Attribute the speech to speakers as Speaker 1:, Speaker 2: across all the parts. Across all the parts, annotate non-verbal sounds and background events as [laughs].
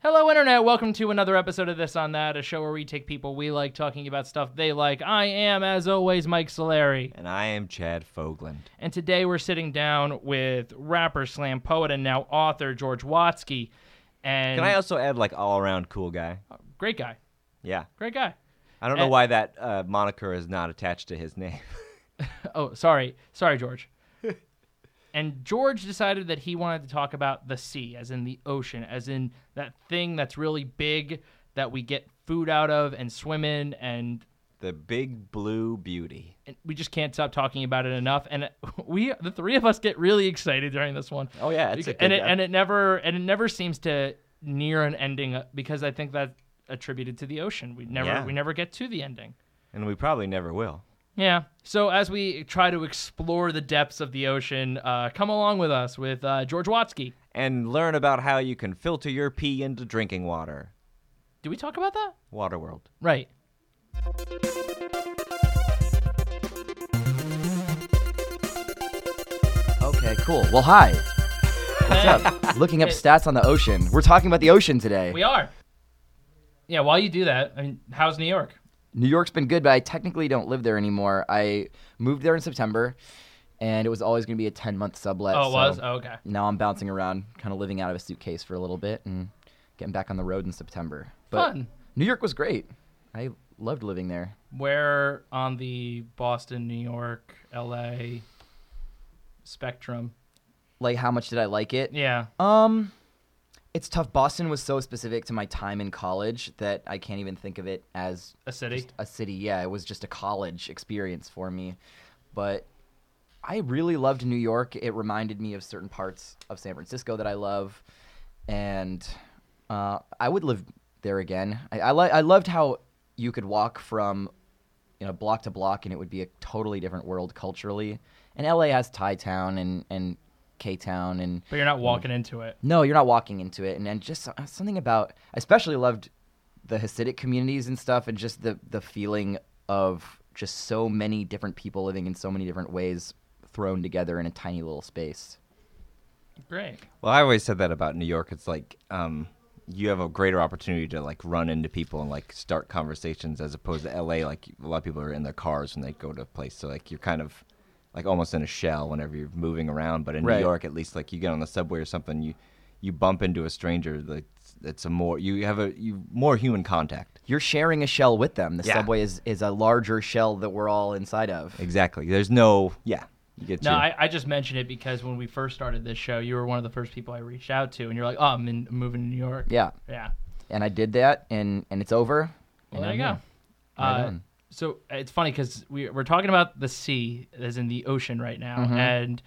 Speaker 1: Hello, Internet. Welcome to another episode of This on That, a show where we take people we like talking about stuff they like. I am, as always, Mike Solari.
Speaker 2: And I am Chad Fogland.
Speaker 1: And today we're sitting down with rapper, slam poet, and now author George Watsky. And
Speaker 2: Can I also add, like, all around cool guy?
Speaker 1: great guy.
Speaker 2: Yeah.
Speaker 1: Great guy.
Speaker 2: I don't know why that uh, moniker is not attached to his name. [laughs]
Speaker 1: Oh, sorry. Sorry, George. and George decided that he wanted to talk about the sea, as in the ocean, as in that thing that's really big that we get food out of and swim in and
Speaker 2: the Big Blue Beauty.
Speaker 1: and we just can't stop talking about it enough. And [laughs] we, the three of us, get really excited during this one.
Speaker 2: Oh, yeah, it's a
Speaker 1: and
Speaker 2: good-
Speaker 1: it and it never and it never seems to near an ending uh, because I think that attributed to the ocean. We never
Speaker 2: Yeah.
Speaker 1: we never get to the ending.
Speaker 2: And we probably never will.
Speaker 1: Yeah. So as we try to explore the depths of the ocean, uh, come along with us with uh, George Watsky.
Speaker 2: And learn about how you can filter your pee into drinking water.
Speaker 1: Did we talk about that?
Speaker 2: Waterworld.
Speaker 1: Right.
Speaker 3: Okay, cool. Well, hi. What's
Speaker 1: [laughs]
Speaker 3: up? Looking up stats on the ocean. We're talking about the ocean today.
Speaker 1: Eh, We are. Yeah. While you do that, I mean, how's New York?
Speaker 3: New York's been good, but I technically don't live there anymore. I moved there in September, and it was always going to be a 10 month sublet.
Speaker 1: Oh, it
Speaker 3: so
Speaker 1: was. Oh, okay.
Speaker 3: Now I'm bouncing around, kind of living out of a suitcase for a little bit and getting back on the road in September. But
Speaker 1: Fun.
Speaker 3: New York was great. I loved living there.
Speaker 1: Where on the Boston, New York, LA spectrum?
Speaker 3: Like, how much did I like it?
Speaker 1: Yeah.
Speaker 3: Um, it's tough. Boston was so specific to my time in college that I can't even think of it as
Speaker 1: A city?
Speaker 3: just a city, yeah, it was just a college experience for me, but I really loved New York. It reminded me of certain parts of San Francisco that I love, and uh, I would live there again. I I, li- I loved how you could walk from you know block to block, and it would be a totally different world culturally. And LA has Thai Town and and K Town and
Speaker 1: But you're not walking into it.
Speaker 3: no, you're not walking into it, and and just so- something about. I especially loved the Hasidic communities and stuff, and just the the feeling of just so many different people living in so many different ways thrown together in a tiny little space.
Speaker 1: Great.
Speaker 2: Well, I always said that about New York. It's like um, you have a greater opportunity to like run into people and like start conversations as opposed to LA. Like a lot of people are in their cars when they go to a place, so like you're kind of like almost in a shell whenever you're moving around. But in
Speaker 3: Right.
Speaker 2: New York, at least like you get on the subway or something, you you bump into a stranger. Like it's- it's a more you have a you more human contact.
Speaker 3: You're sharing a shell with them. The
Speaker 2: Yeah.
Speaker 3: subway is is a larger shell that we're all inside of.
Speaker 2: Exactly. There's no yeah. You get
Speaker 1: No,
Speaker 2: your-
Speaker 1: I, I just mentioned it because when we first started this show, you were one of the first people I reached out to, and you're like, oh, I'm, in, I'm moving to New York.
Speaker 3: Yeah,
Speaker 1: Yeah.
Speaker 3: and I did that, and and it's over.
Speaker 1: Well,
Speaker 3: and
Speaker 1: there you
Speaker 3: I'm
Speaker 1: go.
Speaker 3: here. Right
Speaker 1: uh,
Speaker 3: on.
Speaker 1: so it's funny because we, we're talking about the sea, as in the ocean right now,
Speaker 3: Mm-hmm.
Speaker 1: and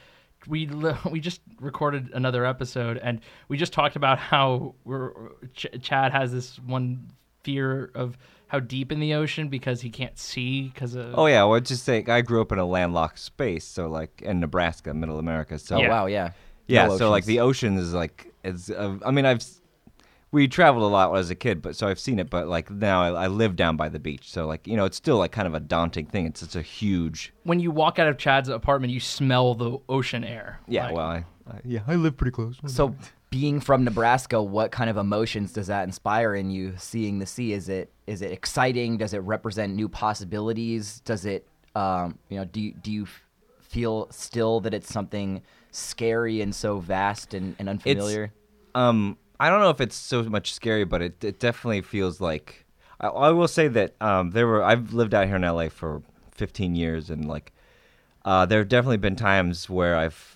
Speaker 1: we li- [laughs] we just recorded another episode, and we just talked about how we're, Ch- Chad has this one fear of how deep in the ocean because he can't see because of
Speaker 2: Oh yeah, well, it's just say I grew up in a landlocked space, so like in Nebraska, middle America. So
Speaker 3: Oh
Speaker 1: Yeah.
Speaker 3: wow, yeah.
Speaker 2: Yeah,
Speaker 3: No
Speaker 2: so like
Speaker 3: oceans.
Speaker 2: the ocean is like it's. Uh, I mean, I've s- we traveled a lot as a kid, but so I've seen it. But like now, I, I live down by the beach, so like you know, it's still like kind of a daunting thing. It's such a huge.
Speaker 1: when you walk out of Chad's apartment, you smell the ocean air.
Speaker 2: Yeah,
Speaker 1: Like,
Speaker 2: well, I, I, Uh, yeah, I live pretty close.
Speaker 3: So, being from Nebraska, what kind of emotions does that inspire in you? Seeing the sea, is it is it exciting? Does it represent new possibilities? Does it, um, you know, do you, do you f- feel still that it's something scary and so vast and, and unfamiliar?
Speaker 2: Um, I don't know if it's so much scary, but it, it definitely feels like. I, I will say that um, there were. I've lived out here in LA for 15 years, and like, uh, there have definitely been times where I've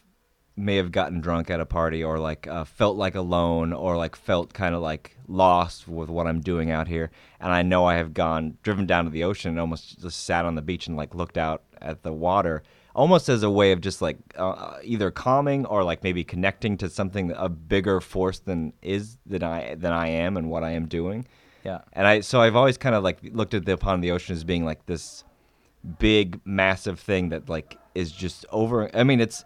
Speaker 2: may have gotten drunk at a party, or like uh, felt like alone, or like felt kind of like lost with what I'm doing out here. And I know I have gone driven down to the ocean, and almost just sat on the beach and like looked out at the water. Almost as a way of just like uh, either calming or like maybe connecting to something a bigger force than is than I than I am and what I am doing.
Speaker 3: Yeah.
Speaker 2: And I so I've always kind of like looked at the upon the ocean as being like this big massive thing that like is just over I mean it's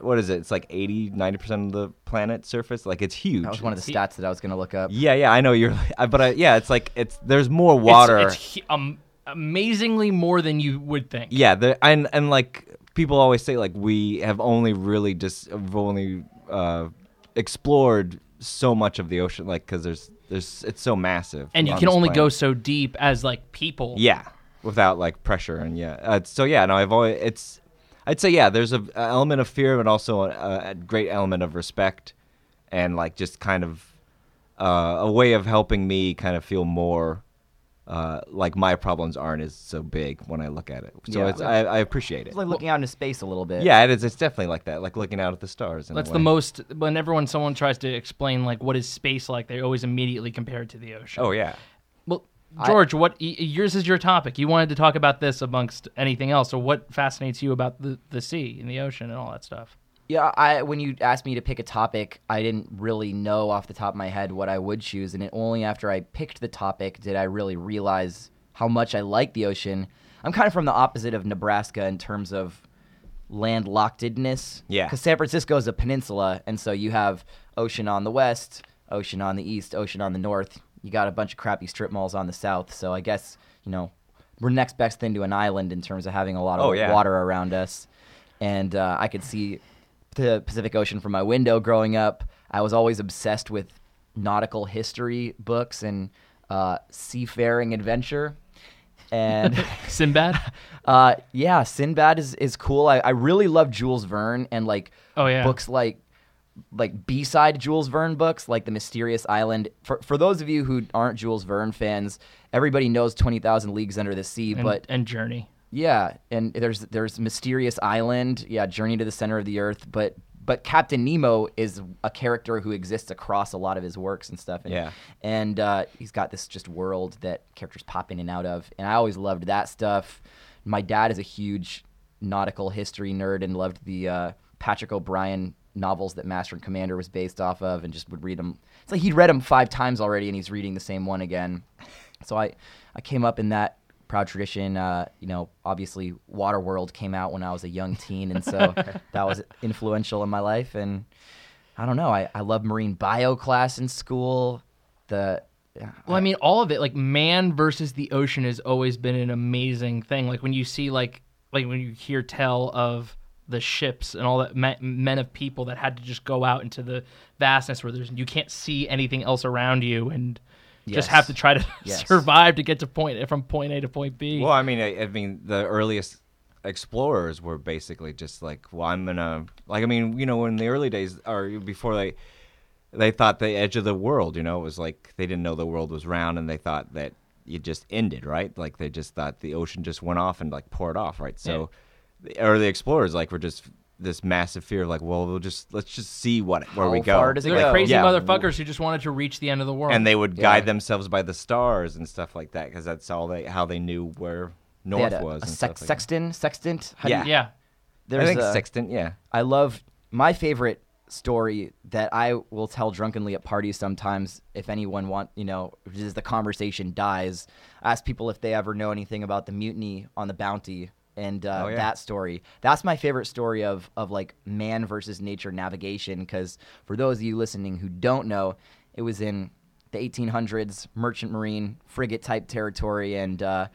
Speaker 2: what is it? It's like 80 90% of the planet's surface. Like it's huge.
Speaker 3: That was one of the stats that I was going to look up.
Speaker 2: Yeah, yeah, I know you're [laughs] but I, yeah, it's like it's there's more
Speaker 1: It's-
Speaker 2: water.
Speaker 1: It's, he- um, amazingly more than you would think.
Speaker 2: yeah, there, and and like people always say like we have only really just have only uh explored so much of the ocean, like because there's there's it's so massive.
Speaker 1: and you
Speaker 2: on
Speaker 1: can
Speaker 2: this
Speaker 1: only go
Speaker 2: planet.
Speaker 1: so deep as like people.
Speaker 2: Yeah, without like pressure and yeah. Uh, so yeah, no, I've always it's. I'd say yeah. There's a, a element of fear, but also a, a great element of respect, and like just kind of uh, a way of helping me kind of feel more uh, like my problems aren't as so big when I look at it. So
Speaker 3: Yeah.
Speaker 2: it's I, I appreciate it.
Speaker 3: It's like looking out into space a little bit.
Speaker 2: yeah, it is. It's definitely like that, like looking out at the stars. in a
Speaker 1: That's the
Speaker 2: way.
Speaker 1: most when everyone someone tries to explain like what is space like, they always immediately compare it to the ocean.
Speaker 2: Oh yeah.
Speaker 1: Well, George, what y- yours is your topic. You wanted to talk about this amongst anything else. So what fascinates you about the, the sea and the ocean and all that stuff?
Speaker 3: Yeah, I when you asked me to pick a topic, I didn't really know off the top of my head what I would choose, and it only after I picked the topic did I really realize how much I like the ocean. I'm kind of from the opposite of Nebraska in terms of landlockedness.
Speaker 2: Yeah.
Speaker 3: Because San Francisco is a peninsula, and so you have ocean on the west, ocean on the east, ocean on the north. You got a bunch of crappy strip malls on the south, so I guess you know we're next best thing to an island in terms of having a lot of
Speaker 2: Oh, yeah.
Speaker 3: water around us, and uh, I could see the Pacific Ocean from my window growing up. I was always obsessed with nautical history books and uh, seafaring adventure, and. [laughs]
Speaker 1: Sinbad?
Speaker 3: Uh, yeah, Sinbad is, is cool. I, I really love Jules Verne and like
Speaker 1: Oh, yeah.
Speaker 3: books like like B side Jules Verne books like The Mysterious Island. For for those of you who aren't Jules Verne fans, everybody knows Twenty Thousand Leagues Under the Sea,
Speaker 1: and,
Speaker 3: but
Speaker 1: and Journey.
Speaker 3: yeah, and there's there's Mysterious Island, yeah, Journey to the Center of the Earth, but but Captain Nemo is a character who exists across a lot of his works and stuff. And,
Speaker 2: Yeah.
Speaker 3: and uh, he's got this just world that characters pop in and out of, and I always loved that stuff. My dad is a huge nautical history nerd and loved the uh, Patrick O'Brien novels that Master and Commander was based off of, and just would read them. It's like he'd read them five times already, and he's reading the same one again. So I, I came up in that proud tradition. Uh, you know, obviously Waterworld came out when I was a young teen, and so that was influential in my life. And I don't know, I, I love marine bio class in school. The uh, yeah,
Speaker 1: Well, I mean, all of it, like man versus the ocean, has always been an amazing thing. Like when you see, like, like when you hear tell of the ships and all that me- men of people that had to just go out into the vastness where there's you can't see anything else around you and
Speaker 3: Yes.
Speaker 1: just have to try to [laughs]
Speaker 3: Yes.
Speaker 1: survive to get to point from point A to point B.
Speaker 2: Well, I mean, I, I mean, the earliest explorers were basically just like, well, I'm gonna, like, I mean, you know, in the early days or before they, they thought the edge of the world, you know, it was like they didn't know the world was round, and they thought that it just ended, right? Like they just thought the ocean just went off and like poured off, right? So, the early explorers like were just this massive fear of like, well, we'll just let's just see what where we
Speaker 3: How
Speaker 2: go.
Speaker 3: far does it
Speaker 1: they're
Speaker 3: go?
Speaker 1: crazy
Speaker 2: Yeah.
Speaker 1: motherfuckers who just wanted to reach the end of the world.
Speaker 2: and they would
Speaker 3: Yeah.
Speaker 2: guide themselves by the stars and stuff like that because that's all they how they knew where
Speaker 3: they
Speaker 2: north
Speaker 3: had a,
Speaker 2: was.
Speaker 3: a
Speaker 2: and
Speaker 3: sex,
Speaker 2: stuff like that.
Speaker 3: sextant, sextant. How do you-
Speaker 2: Yeah.
Speaker 1: yeah,
Speaker 3: there's
Speaker 2: I think
Speaker 3: a-
Speaker 2: sextant, yeah.
Speaker 3: I love my favorite story that I will tell drunkenly at parties sometimes if anyone want you know is the conversation dies I ask people if they ever know anything about the mutiny on the bounty and uh,
Speaker 2: Oh, yeah.
Speaker 3: that story that's my favorite story of of like man versus nature navigation because for those of you listening who don't know it was in the 1800s merchant marine frigate type territory and uh,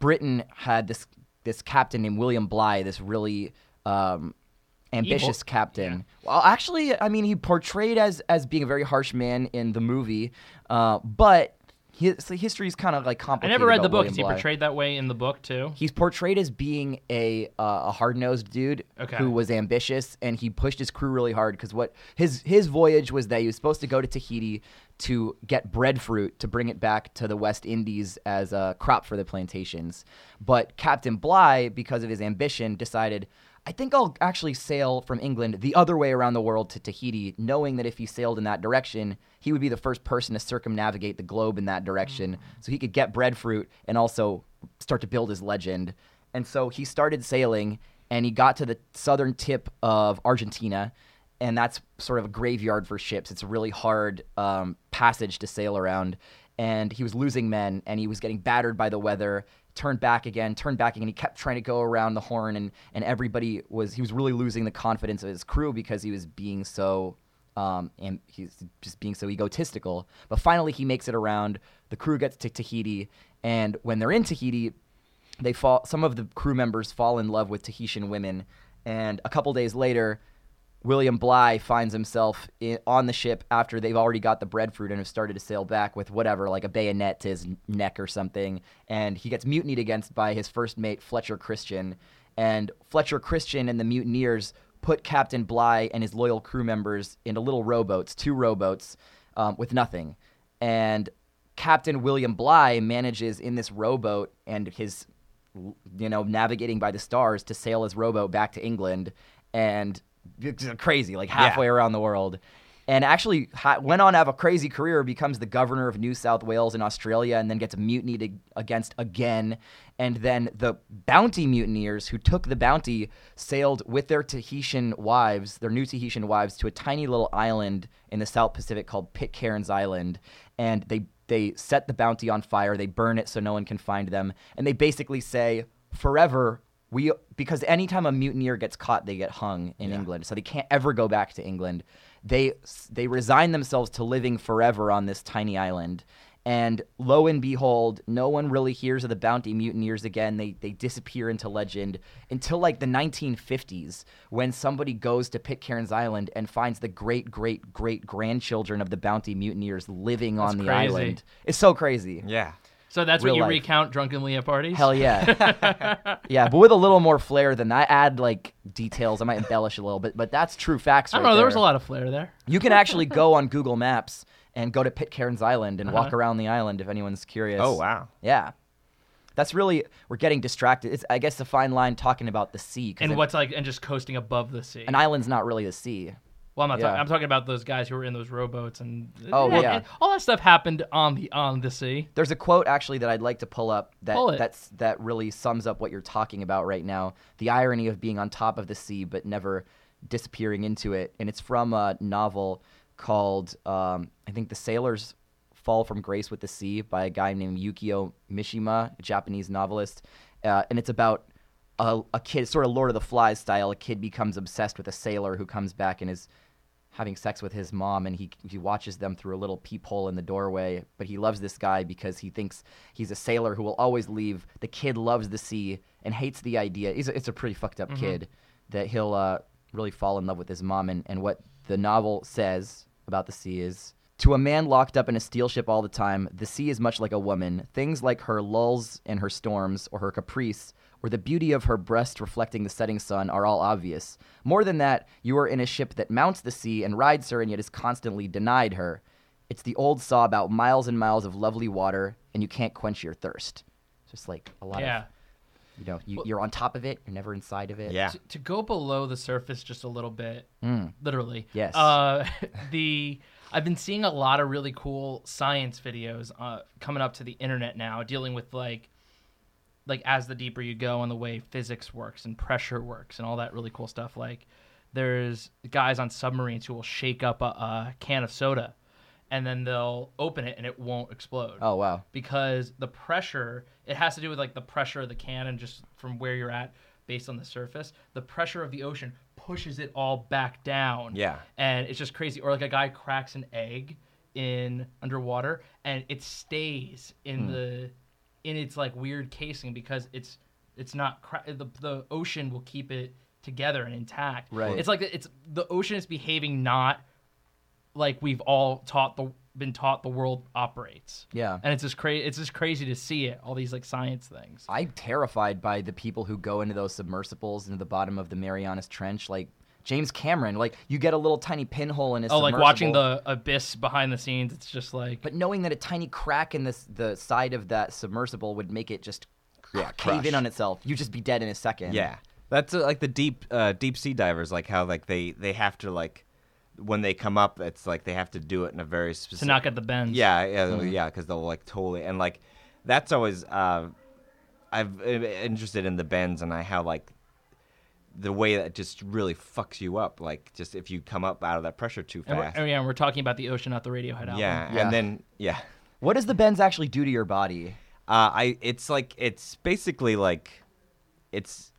Speaker 3: Britain had this this captain named William Bligh this really um, ambitious
Speaker 1: Evil.
Speaker 3: captain. Well, actually, I mean, he portrayed as as being a very harsh man in the movie, uh, but his so history is kind of like
Speaker 1: I
Speaker 3: complicated.
Speaker 1: never read
Speaker 3: about
Speaker 1: the book.
Speaker 3: William
Speaker 1: Is he
Speaker 3: Bligh.
Speaker 1: portrayed that way in the book too?
Speaker 3: He's portrayed as being a uh, a hard nosed dude
Speaker 1: Okay.
Speaker 3: who was ambitious and he pushed his crew really hard because what his his voyage was that he was supposed to go to Tahiti to get breadfruit to bring it back to the West Indies as a crop for the plantations, but Captain Bligh, because of his ambition, decided. I think I'll actually sail from England the other way around the world to Tahiti, knowing that if he sailed in that direction, he would be the first person to circumnavigate the globe in that direction so he could get breadfruit and also start to build his legend. And so he started sailing and he got to the southern tip of Argentina. And that's sort of a graveyard for ships. It's a really hard um, passage to sail around. And he was losing men and he was getting battered by the weather. Turned back again, turned back again. He kept trying to go around the horn, and, and everybody was, he was really losing the confidence of his crew because he was being so um, and he's just being so egotistical. But finally, he makes it around. The crew gets to Tahiti, and when they're in Tahiti, they fall. Some of the crew members fall in love with Tahitian women, and a couple days later, William Bly finds himself in, on the ship after they've already got the breadfruit and have started to sail back with whatever, like a bayonet to his neck or something. And he gets mutinied against by his first mate, Fletcher Christian. And Fletcher Christian and the mutineers put Captain Bly and his loyal crew members into little rowboats, two rowboats, um, with nothing. And Captain William Bly manages in this rowboat and his, you know, navigating by the stars to sail his rowboat back to England and it's just crazy, like halfway around the world. And actually ha- went on to have a crazy career, becomes the governor of New South Wales in Australia, and then gets mutinied ag- against again. And then the bounty mutineers who took the bounty sailed with their Tahitian wives, their new Tahitian wives, to a tiny pitcairn little island in the South Pacific called Pitcairn's Island, and they they set the bounty on fire. They burn it so no one can find them, and they basically say forever we because anytime a mutineer gets caught, they get hung in England, so they can't ever go back to England. They they resign themselves to living forever on this tiny island. And lo and behold, no one really hears of the bounty mutineers again. They they disappear into legend until like the 1950s when somebody goes to Pitcairn's Island and finds the great great great grandchildren of the bounty mutineers living on the
Speaker 1: crazy.
Speaker 3: island. It's so crazy.
Speaker 2: Yeah.
Speaker 1: So that's
Speaker 3: Real
Speaker 1: what you
Speaker 3: life.
Speaker 1: recount drunkenly at parties.
Speaker 3: Hell yeah.
Speaker 2: [laughs]
Speaker 3: yeah, but with a little more flair than that. I add like details. I might embellish a little bit, but that's true facts.
Speaker 1: I don't
Speaker 3: right
Speaker 1: know. There was a
Speaker 3: there.
Speaker 1: lot of flair there.
Speaker 3: You can actually go on Google Maps and go to Pitcairn's Island and
Speaker 1: Uh-huh.
Speaker 3: walk around the island if anyone's curious.
Speaker 2: Oh wow.
Speaker 3: Yeah. That's really we're getting distracted. It's I guess the fine line talking about the sea 'cause
Speaker 1: And
Speaker 3: it-
Speaker 1: what's like and just coasting above the sea.
Speaker 3: an island's not really the sea.
Speaker 1: well, I'm not.
Speaker 3: yeah.
Speaker 1: Talking, I'm talking about those guys who were in those rowboats and
Speaker 3: Oh, well, yeah.
Speaker 1: and all that stuff happened on the on the sea.
Speaker 3: There's a quote actually that I'd like to pull up that
Speaker 1: Pull it.
Speaker 3: that's that really sums up what you're talking about right now. The irony of being on top of the sea but never disappearing into it, and it's from a novel called um, I think The Sailors Fall from Grace with the Sea by a guy named Yukio Mishima, a Japanese novelist, uh, and it's about a, a kid, sort of Lord of the Flies style. A kid becomes obsessed with a sailor who comes back and is having sex with his mom, and he he watches them through a little peephole in the doorway. But he loves this guy because he thinks he's a sailor who will always leave. The kid loves the sea and hates the idea. He's a, it's a pretty fucked up kid that he'll uh, really fall in love with his mom. And, and what the novel says about the sea is. To a man locked up in a steel ship all the time, the sea is much like a woman. Things like her lulls and her storms, or her caprice, or the beauty of her breast reflecting the setting sun are all obvious. More than that, you are in a ship that mounts the sea and rides her and yet is constantly denied her. It's the old saw about miles and miles of lovely water, and you can't quench your thirst. It's Just like a lot
Speaker 1: Yeah.
Speaker 3: of, you know, you, you're on top of it, you're never inside of it.
Speaker 2: Yeah.
Speaker 1: to, to go below the surface just a little bit, literally.
Speaker 3: Yes.
Speaker 1: Uh, [laughs] the I've been seeing a lot of really cool science videos uh, coming up to the internet now, dealing with like, like as the deeper you go and the way physics works and pressure works and all that really cool stuff. Like, there's guys on submarines who will shake up a, a can of soda, and then they'll open it and it won't explode
Speaker 3: Oh, wow.
Speaker 1: because the pressure it has to do with like the pressure of the can and just from where you're at based on the surface the pressure of the ocean pushes it all back down
Speaker 2: Yeah.
Speaker 1: and it's just crazy or like a guy cracks an egg in underwater and it stays in the in its like weird casing because it's it's not cra- the, the ocean will keep it together and intact
Speaker 3: Right.
Speaker 1: it's like it's the ocean is behaving not like we've all taught the been taught the world operates.
Speaker 3: Yeah.
Speaker 1: And it's just crazy it's just crazy to see it, all these like science things.
Speaker 3: I'm terrified by the people who go into those submersibles into the bottom of the Marianas Trench, like James Cameron. Like you get a little tiny pinhole in his.
Speaker 1: Oh, like watching
Speaker 3: submersible,
Speaker 1: the abyss behind the scenes, it's just like
Speaker 3: But knowing that a tiny crack in this the side of that submersible would make it just
Speaker 2: Yeah,
Speaker 3: cave
Speaker 2: crush.
Speaker 3: in on itself. You'd just be dead in a second.
Speaker 2: Yeah, that's uh, like the deep uh, deep sea divers, like how like they they have to like when they come up, it's like they have to do it in a very specific.
Speaker 1: to knock at the bends.
Speaker 2: Yeah, yeah, yeah, because they'll like totally and like that's always uh, I've I'm interested in the bends and I how like the way that just really fucks you up, like just if you come up out of that pressure too
Speaker 1: And we're,
Speaker 2: fast.
Speaker 1: and yeah, and we're talking about the ocean, not the Radiohead album.
Speaker 2: yeah,
Speaker 3: Yeah.
Speaker 2: and then yeah.
Speaker 3: What does the bends actually do to your body?
Speaker 2: Uh, I it's like it's basically like it's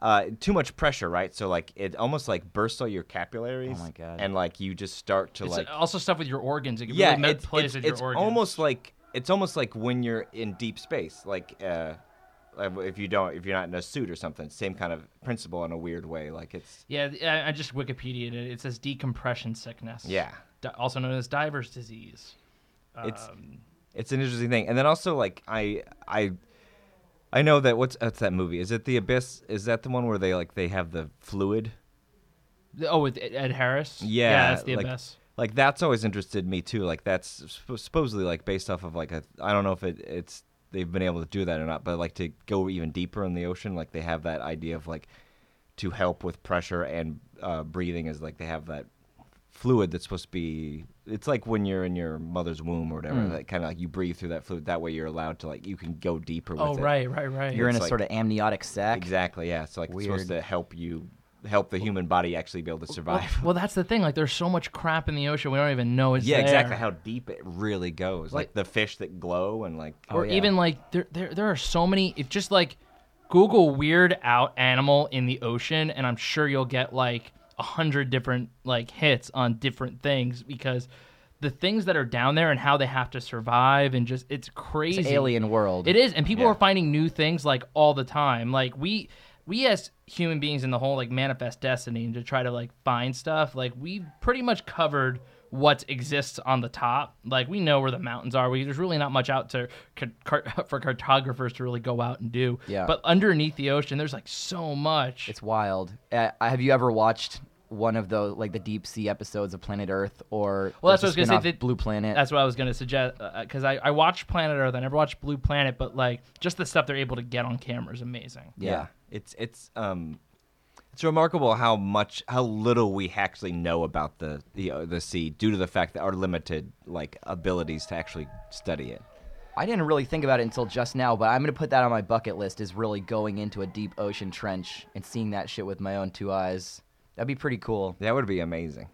Speaker 2: uh, too much pressure, right? So like it almost like bursts all your capillaries.
Speaker 3: Oh my God.
Speaker 2: And like you just start to
Speaker 1: It's
Speaker 2: like
Speaker 1: also stuff with your organs. It
Speaker 2: yeah,
Speaker 1: really me-
Speaker 2: it's,
Speaker 1: plays
Speaker 2: it's,
Speaker 1: with your
Speaker 2: it's
Speaker 1: organs.
Speaker 2: almost like it's almost like when you're in deep space, like uh, like, if you don't if you're not in a suit or something. Same kind of principle in a weird way. Like it's
Speaker 1: Yeah, th- I, I just Wikipedia it. It says decompression sickness.
Speaker 2: Yeah.
Speaker 1: Di- also known as diver's disease.
Speaker 2: It's-
Speaker 1: Um,
Speaker 2: it's an interesting thing. And then also like I I I know that what's what's that movie? Is it The Abyss? Is that the one where they like they have the fluid?
Speaker 1: th- oh, with Ed Ed Harris.
Speaker 2: Yeah,
Speaker 1: that's the
Speaker 2: like-
Speaker 1: abyss.
Speaker 2: Like that's always interested me too. Like that's sup- supposedly like based off of like a I don't know if it, it's they've been able to do that or not, but like to go even deeper in the ocean, like they have that idea of like to help with pressure and uh, breathing is like they have that fluid that's supposed to be it's like when you're in your mother's womb or whatever
Speaker 1: Mm.
Speaker 2: that kind of like you breathe through that fluid that way you're allowed to like you can go deeper with
Speaker 1: Oh,
Speaker 2: it
Speaker 1: right, right, right.
Speaker 3: You're in a
Speaker 2: It's like-
Speaker 3: sort of amniotic sac.
Speaker 2: Exactly. Yeah. So like it's supposed
Speaker 3: Weird.
Speaker 2: to help you help the human body actually be able to
Speaker 1: well,
Speaker 2: survive.
Speaker 1: well, that's the thing. Like, there's so much crap in the ocean we don't even know it's
Speaker 2: yeah,
Speaker 1: there.
Speaker 2: exactly. How deep it really goes. Like,
Speaker 1: Like-
Speaker 2: the fish that glow and like oh,
Speaker 1: or even like there, there there are so many if just like google weird out animal in the ocean and i'm sure you'll get like a hundred different like hits on different things because the things that are down there and how they have to survive and just it's crazy
Speaker 3: It's an alien world.
Speaker 1: it is, and people
Speaker 2: Yeah.
Speaker 1: are finding new things like all the time. Like we we as human beings in the whole like manifest destiny and to try to like find stuff. Like we've pretty much covered what exists on the top. Like we know where the mountains are. We, there's really not much out to car- [laughs] for cartographers to really go out and do.
Speaker 3: Yeah.
Speaker 1: But underneath the ocean, there's like so much.
Speaker 3: It's wild. Uh, have you ever watched one of those like the deep sea episodes of Planet Earth or
Speaker 1: Well, that's
Speaker 3: there's
Speaker 1: what I was
Speaker 3: a
Speaker 1: gonna say,
Speaker 3: spin-off,
Speaker 1: that-
Speaker 3: Blue Planet.
Speaker 1: That's what I was gonna suggest because I, I watched Planet Earth. I never watched Blue Planet, but like just the stuff they're able to get on camera is amazing.
Speaker 2: yeah.
Speaker 3: Yeah.
Speaker 2: It's it's um it's remarkable how much how little we actually know about the the, uh, the sea due to the fact that our limited like abilities to actually study it.
Speaker 3: I didn't really think about it until just now, but I'm gonna put that on my bucket list. Is really going into a deep ocean trench and seeing that shit with my own two eyes. That'd be pretty cool.
Speaker 2: That would be amazing.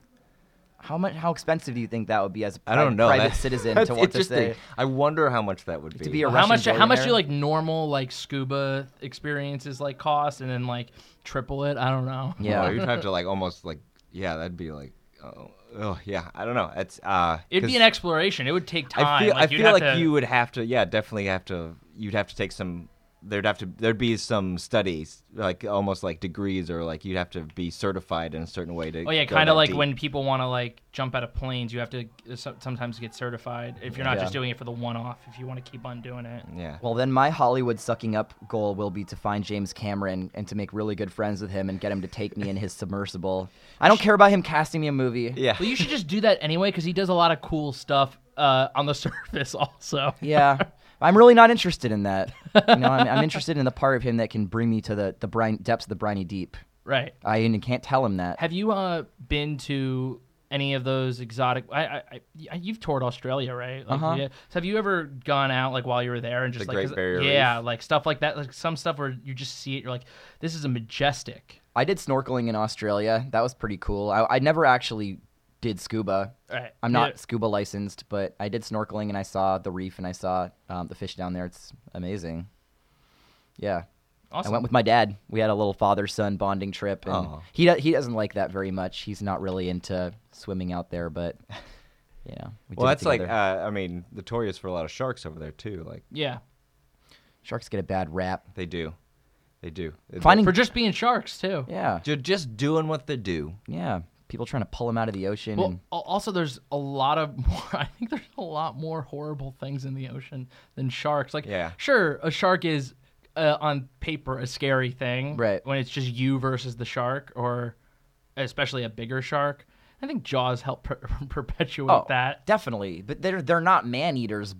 Speaker 3: How much? How expensive do you think that would be as a
Speaker 2: I don't
Speaker 3: pri-
Speaker 2: know [laughs]
Speaker 3: private
Speaker 2: that-
Speaker 3: citizen
Speaker 2: that's
Speaker 3: to what to
Speaker 2: interesting.
Speaker 3: say?
Speaker 2: I wonder how much that would be.
Speaker 3: To be a
Speaker 1: how
Speaker 3: Russian
Speaker 1: much how much
Speaker 3: billionaire?
Speaker 1: do like normal like scuba experiences like cost and then like triple it i don't know
Speaker 3: Yeah.
Speaker 2: Well, [laughs] you'd have to like almost like yeah, that'd be like oh, oh yeah, I don't know. It's uh
Speaker 1: it'd
Speaker 2: 'cause
Speaker 1: be an exploration it would take time
Speaker 2: I feel
Speaker 1: like,
Speaker 2: I
Speaker 1: you'd
Speaker 2: feel
Speaker 1: have
Speaker 2: like
Speaker 1: to-
Speaker 2: you would have to yeah, definitely have to you'd have to take some there'd have to there'd be some studies like almost like degrees or like you'd have to be certified in a certain way to
Speaker 1: oh yeah
Speaker 2: go
Speaker 1: kind
Speaker 2: that
Speaker 1: of like
Speaker 2: deep.
Speaker 1: when people want to like jump out of planes you have to uh, so- sometimes get certified if you're not
Speaker 3: Yeah.
Speaker 1: just doing it for the one off if you want to keep on doing
Speaker 2: [laughs]
Speaker 1: it
Speaker 2: yeah.
Speaker 3: Well, then my Hollywood sucking up goal will be to find James Cameron and to make really good friends with him and get him to take me in his submersible. I don't care about him casting me a movie.
Speaker 2: yeah.
Speaker 1: well you should just do that anyway because he does a lot of cool stuff uh, on the [laughs] surface also
Speaker 3: Yeah. I'm really not interested in that. You know, I'm, I'm interested in the part of him that can bring me to the, the brine, depths of the briny deep.
Speaker 1: right
Speaker 3: I even can't tell him that.
Speaker 1: Have you uh been to any of those exotic? I, I, I you've toured Australia, right? Like,
Speaker 3: Uh-huh.
Speaker 1: yeah. So have you ever gone out like while you were there and just
Speaker 2: The
Speaker 1: like
Speaker 2: Great
Speaker 1: 'cause-
Speaker 2: Barrier
Speaker 1: yeah,
Speaker 2: Reef.
Speaker 1: like stuff like that, like some stuff where you just see it, you're like, this is a majestic.
Speaker 3: I did snorkeling in Australia. That was pretty cool. I, I never actually did scuba.
Speaker 1: Right.
Speaker 3: I'm not
Speaker 1: Yeah.
Speaker 3: scuba licensed, but I did snorkeling and I saw the reef and I saw um, the fish down there. It's amazing. Yeah.
Speaker 1: Awesome.
Speaker 3: I went with my dad. We had a little father son bonding trip, and
Speaker 2: Aw.
Speaker 3: he do- he doesn't like that very much. He's not really into swimming out there, but [laughs] yeah. We
Speaker 2: Well,
Speaker 3: did it
Speaker 2: that's like uh,
Speaker 3: together.
Speaker 2: I mean, notorious for a lot of sharks over there too. Like
Speaker 1: yeah.
Speaker 3: sharks get a bad rap.
Speaker 2: they do. They do. They-
Speaker 3: Finding-
Speaker 1: For just being sharks too.
Speaker 3: Yeah,
Speaker 2: they're just doing what they do.
Speaker 3: yeah. People trying to pull them out of the ocean.
Speaker 1: Well,
Speaker 2: Mm.
Speaker 3: and
Speaker 1: al- also there's a lot of [laughs] more. I think there's a lot more horrible things in the ocean than sharks. Like,
Speaker 2: Yeah.
Speaker 1: sure, a shark is uh, on paper a scary thing,
Speaker 3: Right.
Speaker 1: When it's just you versus the shark, or especially a bigger shark. I think Jaws help per- [laughs] perpetuate
Speaker 2: Oh.
Speaker 1: that.
Speaker 3: definitely. But they're they're not man eaters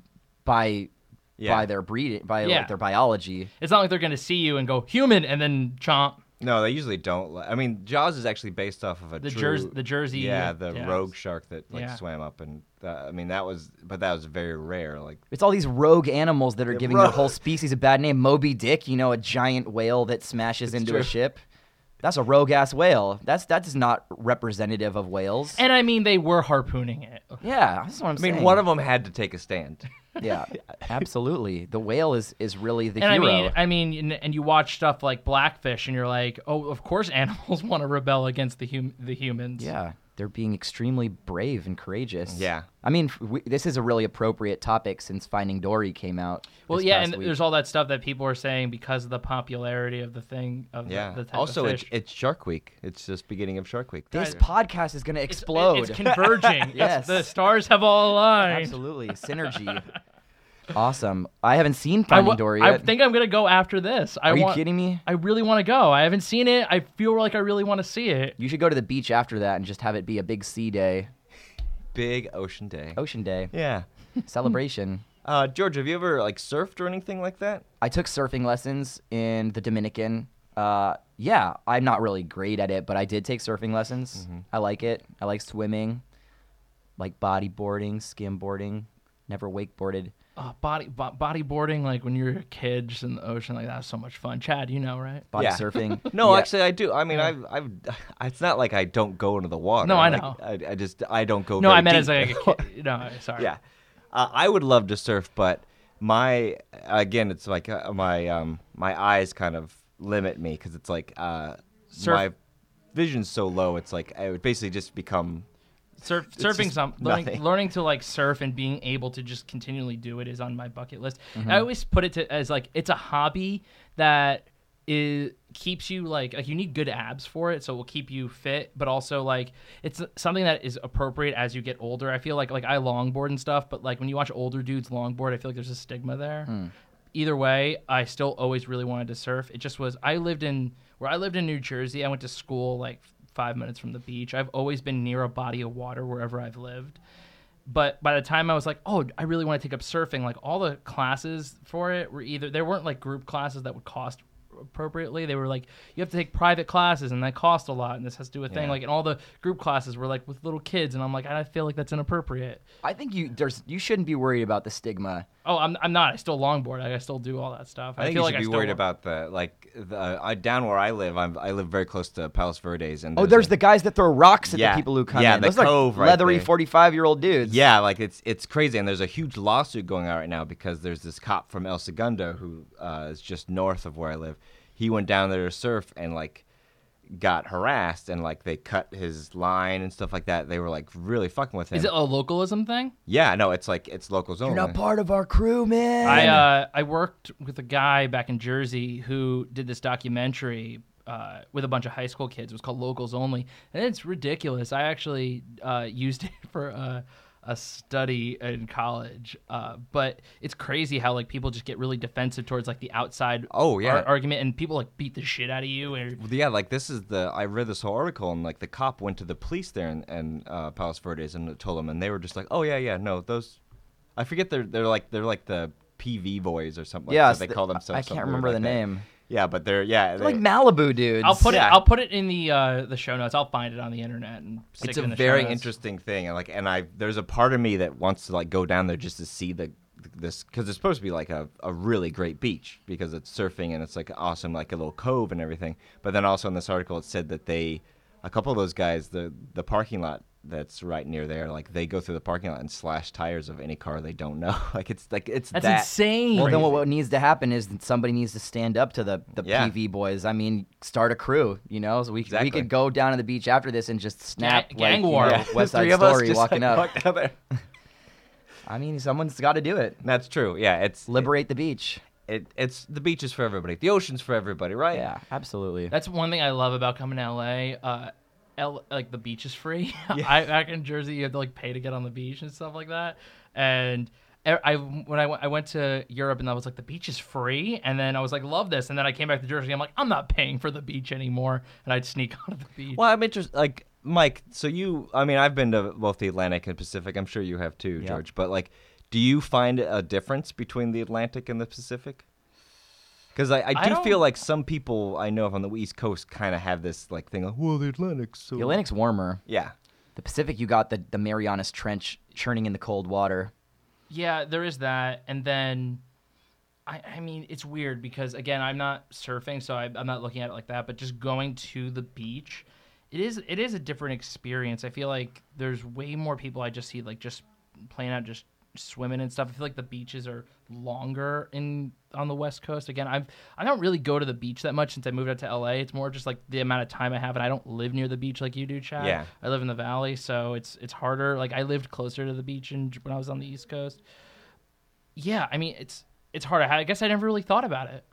Speaker 3: by
Speaker 2: Yeah.
Speaker 3: by their breed by
Speaker 1: Yeah.
Speaker 3: like their biology.
Speaker 1: It's not like they're gonna see you and go human and then chomp.
Speaker 2: No, they usually don't. li- I mean, Jaws is actually based off of a
Speaker 1: The
Speaker 2: true,
Speaker 1: Jersey- the Jersey-
Speaker 2: yeah, the
Speaker 1: yeah.
Speaker 2: rogue shark that like
Speaker 1: Yeah.
Speaker 2: swam up, and that, I mean that was, but that was very rare. Like,
Speaker 3: It's all these rogue animals that are
Speaker 2: Yeah,
Speaker 3: giving
Speaker 2: rogue.
Speaker 3: their whole species a bad name. Moby Dick, you know, a giant whale that smashes into
Speaker 2: true.
Speaker 3: a ship. That's a rogue ass whale. That's that is not representative of whales.
Speaker 1: And I mean, they were harpooning it.
Speaker 3: yeah, that's what I'm
Speaker 2: I mean,
Speaker 3: saying.
Speaker 2: one of them had to take a stand. [laughs]
Speaker 3: yeah, absolutely. The whale is is really the
Speaker 1: And
Speaker 3: hero.
Speaker 1: I mean, I mean, and, and you watch stuff [laughs] like Blackfish, and you're like, oh, of course, animals want to rebel against the hum- the humans.
Speaker 3: yeah, they're being extremely brave and courageous.
Speaker 2: Yeah.
Speaker 3: I mean, f- we, this is a really appropriate topic since Finding Dory came out.
Speaker 1: Well,
Speaker 3: this
Speaker 1: yeah,
Speaker 3: past
Speaker 1: and
Speaker 3: week.
Speaker 1: there's all that stuff that people are saying because of the popularity of the thing of the-
Speaker 2: Yeah.
Speaker 1: the, type
Speaker 2: also,
Speaker 1: of
Speaker 2: it's,
Speaker 1: fish.
Speaker 2: it's Shark Week. It's just beginning of Shark Week.
Speaker 3: this
Speaker 1: Guys,
Speaker 3: podcast is going to
Speaker 1: It's- it-
Speaker 3: explode.
Speaker 1: It's,
Speaker 3: [laughs]
Speaker 1: converging.
Speaker 3: Yes.
Speaker 1: yes, the stars have all aligned. [laughs]
Speaker 3: Absolutely, synergy. awesome. I haven't seen
Speaker 1: I
Speaker 3: Finding
Speaker 1: wa-
Speaker 3: Dory
Speaker 1: I
Speaker 3: yet.
Speaker 1: think I'm gonna go after this. I
Speaker 3: Are you
Speaker 1: want-
Speaker 3: kidding me?
Speaker 1: I really want to go. I haven't seen it. I feel like I really want to see it.
Speaker 3: You should go to the beach after that and just have it be a big sea day,
Speaker 2: Big Ocean Day.
Speaker 1: [laughs]
Speaker 3: ocean day
Speaker 2: Yeah.
Speaker 3: celebration.
Speaker 2: Uh, George, have you ever like surfed or anything like that?
Speaker 3: I took surfing lessons in the Dominican. Uh, yeah, I'm not really great at it, but I did take surfing lessons.
Speaker 1: Mm-hmm.
Speaker 3: I like it. I like swimming, like bodyboarding, skimboarding. Never wakeboarded.
Speaker 1: Oh, body bo- bodyboarding, like when you're a kid, just in the ocean, like that's so much fun. Chad, you know, right?
Speaker 3: Body
Speaker 2: Yeah.
Speaker 1: [laughs]
Speaker 3: surfing.
Speaker 2: No,
Speaker 3: Yeah.
Speaker 2: actually, I do. I mean, I've, I've, [laughs] it's not like I don't go into the water.
Speaker 1: No, I
Speaker 2: Like,
Speaker 1: know.
Speaker 2: I, I just, I don't go.
Speaker 1: No,
Speaker 2: very
Speaker 1: I meant
Speaker 2: deep.
Speaker 1: as like a
Speaker 3: [laughs]
Speaker 1: kid. No, sorry.
Speaker 2: yeah. Uh, I would love to surf, but my again, it's like uh, my um my eyes kind of limit me because it's like uh
Speaker 1: Surf-
Speaker 2: my vision's so low. It's like I would basically just become
Speaker 1: Surf,
Speaker 2: just
Speaker 1: surfing some learning, [laughs]
Speaker 2: nothing.
Speaker 1: learning to like surf and being able to just continually do it is on my bucket list. I always put it to as like it's a hobby that is keeps you like like you need good abs for it so it will keep you fit but also like it's something that is appropriate as you get older i feel like like i longboard and stuff but like when you watch older dudes longboard i feel like there's a stigma there either way i still always really wanted to surf it just was i lived in where i lived in new jersey i went to school like five minutes from the beach. I've always been near a body of water wherever I've lived. But by the time I was like, oh, I really want to take up surfing, like all the classes for it were either, there weren't like group classes that would cost appropriately. They were like, you have to take private classes and that cost a lot and this has to do a thing.
Speaker 2: Yeah.
Speaker 1: Like, and all the group classes were like with little kids. And I'm like, I feel like that's inappropriate.
Speaker 3: I think you there's you shouldn't be worried about the stigma.
Speaker 1: Oh, I'm, I'm not. I still longboard. I, I still do all that stuff.
Speaker 2: I, think
Speaker 1: feel
Speaker 2: you
Speaker 1: like
Speaker 2: should
Speaker 1: I
Speaker 2: be
Speaker 1: still
Speaker 2: worried
Speaker 1: want-
Speaker 2: about the like the I, down where I live. I'm, I live very close to Palos Verdes, and
Speaker 3: Oh, there's
Speaker 2: a-
Speaker 3: the guys that throw rocks at
Speaker 2: Yeah.
Speaker 3: the people who come
Speaker 2: Yeah,
Speaker 3: in.
Speaker 2: the
Speaker 3: Those are like
Speaker 2: cove right
Speaker 3: leathery
Speaker 2: there.
Speaker 3: 45 year old dudes.
Speaker 2: Yeah, like it's it's crazy, and there's a huge lawsuit going on right now because there's this cop from El Segundo who uh, is just north of where I live. He went down there to surf and like got harassed, and like they cut his line and stuff like that. They were like really fucking with him.
Speaker 1: Is it a localism thing?
Speaker 2: yeah, no, it's like it's locals only.
Speaker 3: You're not part of our crew, man.
Speaker 1: I uh, I worked with a guy back in Jersey who did this documentary uh, with a bunch of high school kids. It was called Locals Only, and it's ridiculous. I actually uh, [laughs] used it for a, a study in college, uh, but it's crazy how like people just get really defensive towards like the outside
Speaker 2: Oh, yeah.
Speaker 1: ar- argument, and people like beat the shit out of you. Or
Speaker 2: Well, yeah, like this is the I read this whole article and like the cop went to the police there and, and uh, Palos Verdes and told them and they were just like, oh yeah, yeah, no, those, I forget they're they're like they're like the PV boys or something.
Speaker 3: Yeah,
Speaker 2: like
Speaker 3: it's
Speaker 2: that. they
Speaker 3: the-
Speaker 2: call
Speaker 3: I-
Speaker 2: themselves.
Speaker 3: I can't
Speaker 2: something weird
Speaker 3: remember
Speaker 2: like
Speaker 3: the
Speaker 2: that.
Speaker 3: name.
Speaker 2: Yeah, but they're yeah,
Speaker 3: They're like
Speaker 2: they-
Speaker 3: Malibu dudes.
Speaker 1: uh, I'll put
Speaker 2: Yeah.
Speaker 1: it. I'll put it in the uh, the show notes. I'll find it on the internet and. Stick
Speaker 2: it's
Speaker 1: it
Speaker 2: a
Speaker 1: in the show
Speaker 2: very
Speaker 1: notes.
Speaker 2: interesting thing and like and I there's a part of me that wants to like go down there just to see the this because it's supposed to be like a, a really great beach because it's surfing and it's like awesome like a little cove and everything but then also in this article it said that they a couple of those guys the the parking lot that's right near there like they go through the parking lot and slash tires of any car they don't know [laughs] like it's like it's
Speaker 1: That's
Speaker 2: that
Speaker 1: insane.
Speaker 3: Well, then what, what needs to happen is that somebody needs to stand up to the, the
Speaker 2: Yeah.
Speaker 3: PV boys. I mean, start a crew, you know? So we,
Speaker 2: Exactly.
Speaker 3: we could go down to the beach after this and just snap
Speaker 1: Gang- gang
Speaker 3: like, you
Speaker 1: war.
Speaker 3: know, [laughs]
Speaker 1: [laughs] Yeah.
Speaker 3: West
Speaker 2: The three
Speaker 3: Side
Speaker 2: of us
Speaker 3: Story
Speaker 2: just,
Speaker 3: walking
Speaker 2: like,
Speaker 3: up.
Speaker 2: walked down there.
Speaker 3: I mean, someone's got to do it.
Speaker 2: [laughs] that's true yeah it's
Speaker 3: Liberate the beach.
Speaker 2: it, it's the beach is for everybody the ocean's for everybody right
Speaker 3: Yeah, absolutely.
Speaker 1: That's one thing I love about coming to LA. Uh, L- like the beach is free. [laughs] I, back in Jersey, you had to like pay to get on the beach and stuff like that. And e- I when I went, I went to Europe and I was like the beach is free. And then I was like love this. And then I came back to Jersey. I'm like I'm not paying for the beach anymore. And I'd sneak [laughs] onto the beach.
Speaker 2: Well, I'm interested. Like Mike, so you, I mean, I've been to both the Atlantic and Pacific. I'm sure you have too,
Speaker 3: Yeah.
Speaker 2: George. But like, do you find a difference between the Atlantic and the Pacific? Because I, I
Speaker 1: I
Speaker 2: do
Speaker 1: don't-
Speaker 2: feel like some people I know on the East Coast kind of have this like thing. Like, well, the Atlantic's so
Speaker 3: The Atlantic's warmer.
Speaker 2: yeah.
Speaker 3: The Pacific, you got the, the Marianas Trench churning in the cold water.
Speaker 1: Yeah, there is that. And then, I, I mean, it's weird because, again, I'm not surfing, so I, I'm not looking at it like that. But just going to the beach, it is it is a different experience. I feel like there's way more people I just see, like, just playing out, just swimming and stuff. I feel like the beaches are longer in on the West Coast. Again, I've I don't really go to the beach that much since I moved out to LA. It's more just like the amount of time I have, and I don't live near the beach like you do, Chad.
Speaker 2: Yeah.
Speaker 1: I live in the valley, so it's it's harder. Like I lived closer to the beach in, when I was on the East Coast. Yeah, I mean it's it's hard. I guess I never really thought about it.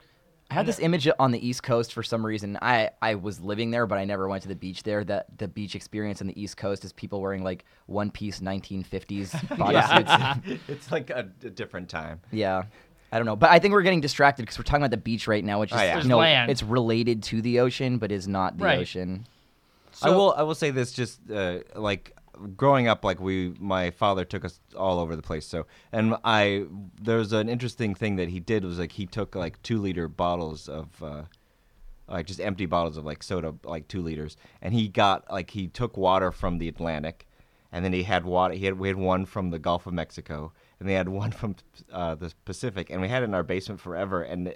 Speaker 3: I had this image on the East Coast for some reason. I, I was living there, but I never went to the beach there. That the beach experience on the East Coast is people wearing like one piece
Speaker 2: [laughs]
Speaker 3: 1950s bodysuits. yeah.
Speaker 2: Yeah, it's, [laughs] it's like a, a different time.
Speaker 3: I don't know, but I think we're getting distracted because we're talking about the beach right now, which is
Speaker 2: Oh, yeah.
Speaker 3: you
Speaker 2: There's
Speaker 3: know
Speaker 1: land.
Speaker 3: it's related to the ocean, but is not the
Speaker 1: Right.
Speaker 3: ocean.
Speaker 2: I
Speaker 1: So-
Speaker 2: will. I will say this. Just uh, like growing up, like we, my father took us all over the place. So, and I, there's an interesting thing that he did was like he took like two liter bottles of, uh, like just empty bottles of like soda, like two liters, and he got like he took water from the Atlantic, and then he had water. He had we had one from the Gulf of Mexico, and they had [laughs] one from uh, the Pacific, and we had it in our basement forever, and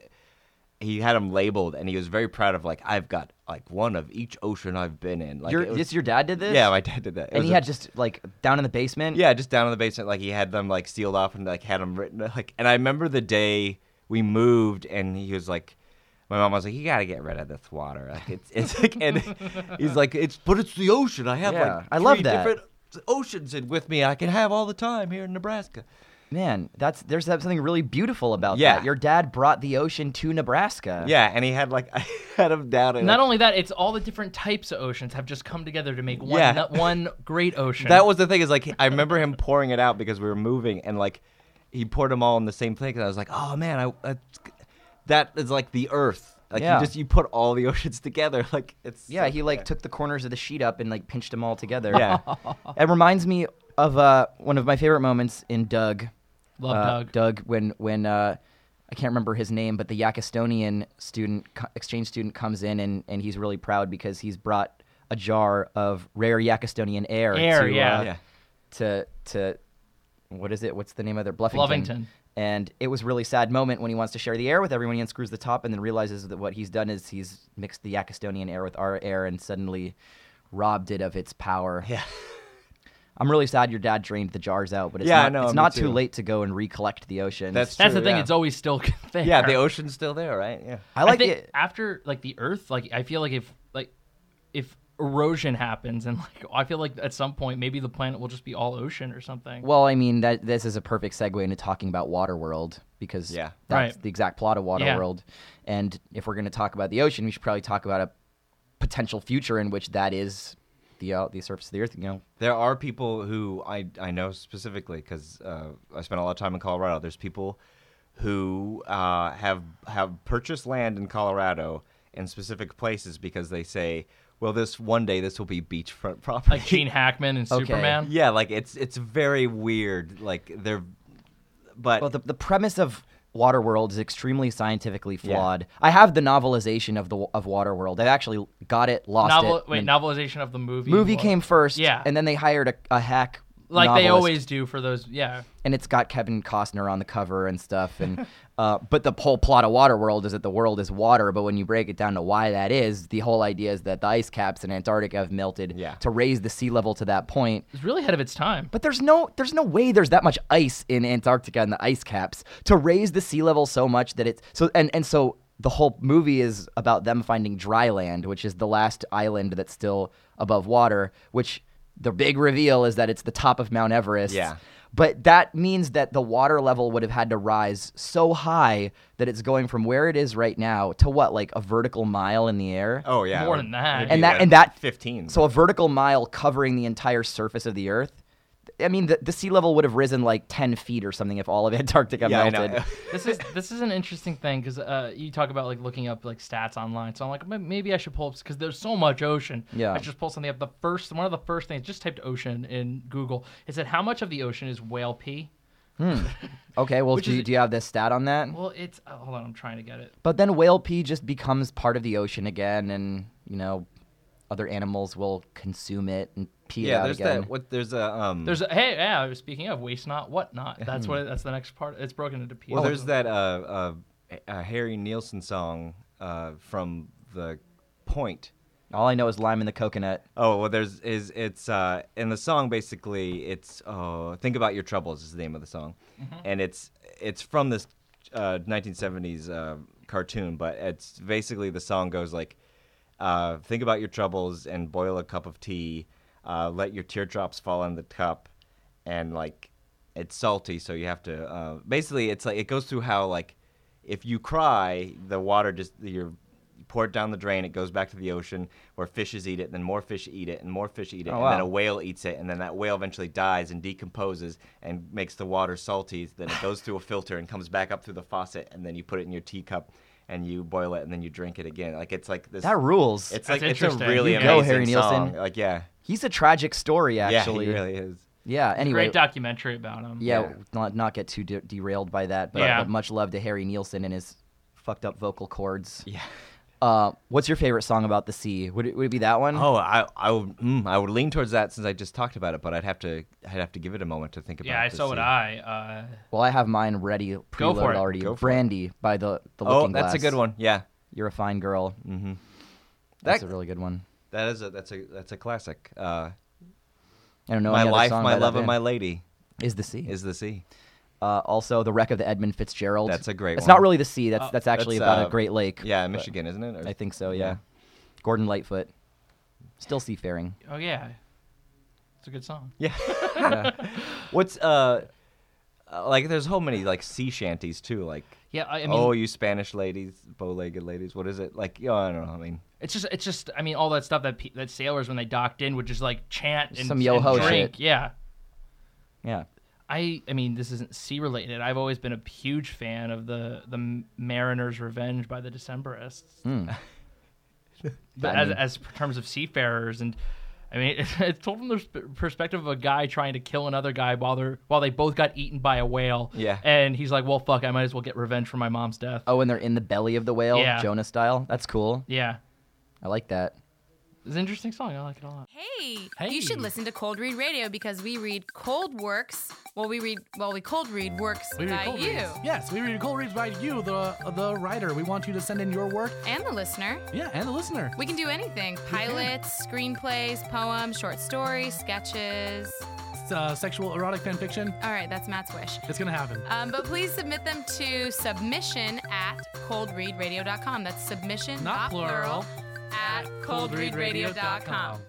Speaker 2: he had them labeled, and he was very proud of like I've got like one of each ocean I've been in. Like
Speaker 3: your,
Speaker 2: it was-
Speaker 3: this your dad did this?
Speaker 2: yeah, my dad did that. It
Speaker 3: and
Speaker 2: was
Speaker 3: he
Speaker 2: a-
Speaker 3: had just like down in the basement.
Speaker 2: yeah, just down in the basement, like he had them like sealed off and like had them written [laughs] like. And I remember the day we moved, and he was like, my mom was like, you got to get rid of this water. Like it's it's like
Speaker 3: [laughs]
Speaker 2: and he's like it's but it's the ocean. I have
Speaker 3: Yeah,
Speaker 2: like
Speaker 3: I love
Speaker 2: three
Speaker 3: that.
Speaker 2: different oceans in with me. I can have all the time here in Nebraska.
Speaker 3: man, that's there's something really beautiful about
Speaker 2: Yeah.
Speaker 3: that. Your dad brought the ocean to Nebraska.
Speaker 2: Yeah, and he had like [laughs] I had him down and
Speaker 1: Not
Speaker 2: like,
Speaker 1: only that, it's all the different types of oceans have just come together to make one
Speaker 2: Yeah.
Speaker 1: no- one great ocean.
Speaker 2: That was the thing is like I remember him pouring it out because we were moving and like he poured them all in the same thing and I was like, oh man, I, I that is like the Earth. Like
Speaker 3: Yeah.
Speaker 2: you just you put all the [laughs] oceans together. Like it's
Speaker 3: Yeah, he like took the corners of the sheet up and like pinched them all together.
Speaker 2: yeah
Speaker 3: [laughs] it reminds me of uh, one of my favorite moments in Doug.
Speaker 1: Love
Speaker 3: Uh,
Speaker 1: Doug.
Speaker 3: when when uh, I can't remember his name, but the Yakistonian student co- exchange student comes in and and he's really proud because he's brought a jar of rare Yakistonian air.
Speaker 1: Air,
Speaker 3: to,
Speaker 1: yeah.
Speaker 3: uh,
Speaker 2: yeah.
Speaker 3: to to what is it? What's the name of their Bluffington?
Speaker 1: Bluffington.
Speaker 3: And it was a really sad moment when he wants to share the air with everyone. He unscrews the top and then realizes that what he's done is he's mixed the Yakistonian air with our air and suddenly robbed it of its power.
Speaker 2: Yeah.
Speaker 3: [laughs] I'm really sad your dad drained the jars out, but it's
Speaker 2: Yeah, I
Speaker 3: not,
Speaker 2: know,
Speaker 3: it's
Speaker 2: me
Speaker 3: not
Speaker 2: too.
Speaker 3: too late to go and recollect the ocean.
Speaker 2: That's
Speaker 1: That's the
Speaker 2: true,
Speaker 1: thing.
Speaker 2: yeah.
Speaker 1: It's always still [laughs] there.
Speaker 2: yeah the ocean's still there right yeah
Speaker 3: I like
Speaker 1: think
Speaker 3: it.
Speaker 1: after like the earth like i feel like if like if erosion happens and [laughs] like i feel like at some point maybe the planet will just be all ocean or something
Speaker 3: Well, I mean that this is a perfect segue into talking about Waterworld because
Speaker 2: Yeah.
Speaker 3: that's
Speaker 1: Right.
Speaker 3: the exact plot of
Speaker 1: Yeah.
Speaker 3: Waterworld. And if we're going to talk about the ocean, we should probably talk about a potential future in which that is the uh, the surface of the earth. You know,
Speaker 2: There are people who I, I know specifically because uh, I spent a lot of time in Colorado. There's people who uh, have have purchased land in Colorado in specific places because they say, well, this one day this will be beachfront [laughs] property.
Speaker 1: like gene hackman and
Speaker 3: Okay.
Speaker 1: superman
Speaker 2: yeah, like it's it's very weird. Like they're, but
Speaker 3: well, the the premise of Waterworld is extremely scientifically flawed. I have the novelization of the of Waterworld. I actually got it, lost
Speaker 1: novel
Speaker 3: it.
Speaker 1: wait
Speaker 3: and
Speaker 1: novelization of the movie
Speaker 3: movie
Speaker 1: was-
Speaker 3: came first,
Speaker 1: Yeah.
Speaker 3: and then they hired a, a hack.
Speaker 1: like they
Speaker 3: novelist.
Speaker 1: always do for those yeah
Speaker 3: and it's got Kevin Costner on the cover and stuff. And uh, but the whole plot of Waterworld is that the world is water. But when you break it down to why that is, the whole idea is that the ice caps in Antarctica have melted
Speaker 2: Yeah.
Speaker 3: to raise the sea level to that point.
Speaker 1: it's really ahead of its time
Speaker 3: But there's no there's no way there's that much ice in Antarctica and the ice caps to raise the sea level so much that it's so and and so the whole movie is about them finding dry land, which is the last island that's still above water, which the big reveal is that it's the top of Mount Everest.
Speaker 2: Yeah.
Speaker 3: But that means that the water level would have had to rise so high that it's going from where it is right now to what, like a vertical mile in the air?
Speaker 2: oh yeah,
Speaker 1: more
Speaker 2: it would-
Speaker 1: than that.
Speaker 2: it would
Speaker 1: And
Speaker 2: be
Speaker 3: that-
Speaker 2: like
Speaker 3: and that-
Speaker 2: fifteen.
Speaker 3: So a vertical mile covering the entire surface of the Earth. I mean, the, the sea level would have risen like ten feet or something if all of [laughs] Antarctica
Speaker 2: yeah, I know. [laughs]
Speaker 3: melted.
Speaker 1: this is this is an interesting thing because uh, you talk about like looking up like stats online. So I'm like, "M- maybe I should pull up because there's so much ocean.
Speaker 3: Yeah.
Speaker 1: I should just pull something up. The first one of the first things just typed ocean in Google. It said how much of the ocean is whale pee?
Speaker 3: Okay, well,
Speaker 1: Which
Speaker 3: do,
Speaker 1: is-
Speaker 3: you do you have this stat on that?
Speaker 1: Well, it's oh, hold on, I'm trying to get it.
Speaker 3: But then whale pee just becomes part of the ocean again, and you know, other animals will consume it and pee it
Speaker 2: yeah,
Speaker 3: out
Speaker 2: there's
Speaker 3: again.
Speaker 2: that. What there's a um.
Speaker 1: There's a, hey yeah. I was Speaking of waste not, what not? That's what that's the next part. It's broken into pieces.
Speaker 2: Well, there's that uh, uh, uh, Harry Nielsen song uh, from the Point
Speaker 3: All I know is lime in the coconut.
Speaker 2: Oh well, there's is it's uh in the song basically it's oh think about your troubles is the name of the song, and it's it's from this uh, 1970s uh, cartoon, but it's basically the song goes like, uh, think about your troubles and boil a cup of tea, uh, let your teardrops fall in the cup, and like it's salty, so you have to uh, basically it's like it goes through how like if you cry the water just your you pour it down the drain, it goes back to the ocean where fishes eat it, then more fish eat it, and more fish eat it,
Speaker 3: Oh,
Speaker 2: and then
Speaker 3: wow.
Speaker 2: a whale eats it, and then that whale eventually dies and decomposes and makes the water salty. Then it goes through a filter and comes back up through the faucet, and then you put it in your teacup and you boil it, and then you drink it again. Like it's like this.
Speaker 3: That rules.
Speaker 2: it's
Speaker 1: That's
Speaker 2: like it's a
Speaker 1: interesting.
Speaker 2: really
Speaker 1: You
Speaker 2: amazing
Speaker 1: go,
Speaker 3: Harry Nielsen.
Speaker 2: song. Like yeah,
Speaker 3: He's a tragic story, actually.
Speaker 2: yeah, he really is.
Speaker 3: Yeah, Anyway,
Speaker 1: Great documentary about him.
Speaker 3: yeah,
Speaker 2: Yeah.
Speaker 3: Not, not get too de- derailed by that, but,
Speaker 1: Yeah.
Speaker 3: but much love to Harry Nielsen and his fucked up vocal cords.
Speaker 2: Yeah.
Speaker 3: Uh, what's your favorite song about the sea? Would it, would it be that one?
Speaker 2: Oh, I I would mm, I would lean towards that since I just talked about it, but I'd have to I'd have to give it a moment to think about.
Speaker 1: Yeah,
Speaker 2: to
Speaker 1: so would
Speaker 2: see.
Speaker 1: I. Uh,
Speaker 3: Well, I have mine ready,
Speaker 1: Go for
Speaker 3: preloaded
Speaker 1: it.
Speaker 3: already.
Speaker 2: Go for it.
Speaker 3: Brandy by the the Looking
Speaker 2: Oh, that's a
Speaker 3: Glass.
Speaker 2: good one. Yeah,
Speaker 3: You're a fine girl.
Speaker 2: Mhm.
Speaker 3: That's
Speaker 2: That-
Speaker 3: a really good one.
Speaker 2: that is a that's a that's a classic. Uh,
Speaker 3: I don't know.
Speaker 2: my
Speaker 3: any other
Speaker 2: life,
Speaker 3: song
Speaker 2: my
Speaker 3: by that
Speaker 2: love, and my
Speaker 3: band.
Speaker 2: lady
Speaker 3: is the sea.
Speaker 2: is the sea.
Speaker 3: uh, also, the wreck of the Edmund Fitzgerald.
Speaker 2: That's a great
Speaker 3: It's
Speaker 2: one.
Speaker 3: not really the sea. That's
Speaker 1: Oh,
Speaker 3: that's actually
Speaker 2: that's,
Speaker 3: about
Speaker 2: uh,
Speaker 3: a Great Lake.
Speaker 2: Yeah,
Speaker 3: but
Speaker 2: Michigan, isn't it? Or-
Speaker 3: I think so. Yeah.
Speaker 2: yeah.
Speaker 3: Gordon Lightfoot, still seafaring.
Speaker 1: oh yeah, it's a good song.
Speaker 2: Yeah. What's uh, uh, like? There's so many like sea shanties too. Like,
Speaker 1: Yeah, I, I mean,
Speaker 2: oh, you Spanish ladies, bow-legged ladies. What is it? Like, yeah, I don't know. I mean,
Speaker 1: it's just, it's just, I mean, all that stuff that pe- that sailors when they docked in would just like chant and,
Speaker 3: Some yo-ho
Speaker 1: and drink.
Speaker 3: shit.
Speaker 1: Yeah,
Speaker 3: Yeah.
Speaker 1: I, I mean, this isn't sea related. I've always been a huge fan of the the Mariners' Revenge by the Decemberists.
Speaker 3: Mm.
Speaker 1: [laughs] but
Speaker 3: I
Speaker 1: as,
Speaker 3: mean-
Speaker 1: as per- terms of seafarers and I mean, [laughs] it's, told from the sp- perspective of a guy trying to kill another guy while they're while they both got eaten by a whale.
Speaker 2: Yeah.
Speaker 1: and he's like, "Well, fuck, I might as well get revenge for my mom's death."
Speaker 3: Oh, and they're in the belly of the whale,
Speaker 1: Yeah.
Speaker 3: Jonah style. That's cool.
Speaker 1: Yeah,
Speaker 3: I like that.
Speaker 1: it's an interesting song. I like it a lot.
Speaker 4: Hey,
Speaker 1: Hey.
Speaker 4: you should listen to Cold Read Radio because we read cold works. Well, we read, well, we cold read works by
Speaker 5: cold
Speaker 4: you
Speaker 5: reads. Yes, we read cold reads by you, the the writer. We want you to send in your work.
Speaker 4: and the listener.
Speaker 5: Yeah, and the listener.
Speaker 4: We can do anything pilots, screenplays, poems, short stories, sketches.
Speaker 5: It's, uh, sexual erotic fan fiction.
Speaker 4: All right, that's Matt's wish.
Speaker 5: It's gonna happen.
Speaker 4: Um, but please submit them to submission at coldreadradio.com. That's submission,
Speaker 5: Not plural,
Speaker 4: at coldreadradio.com.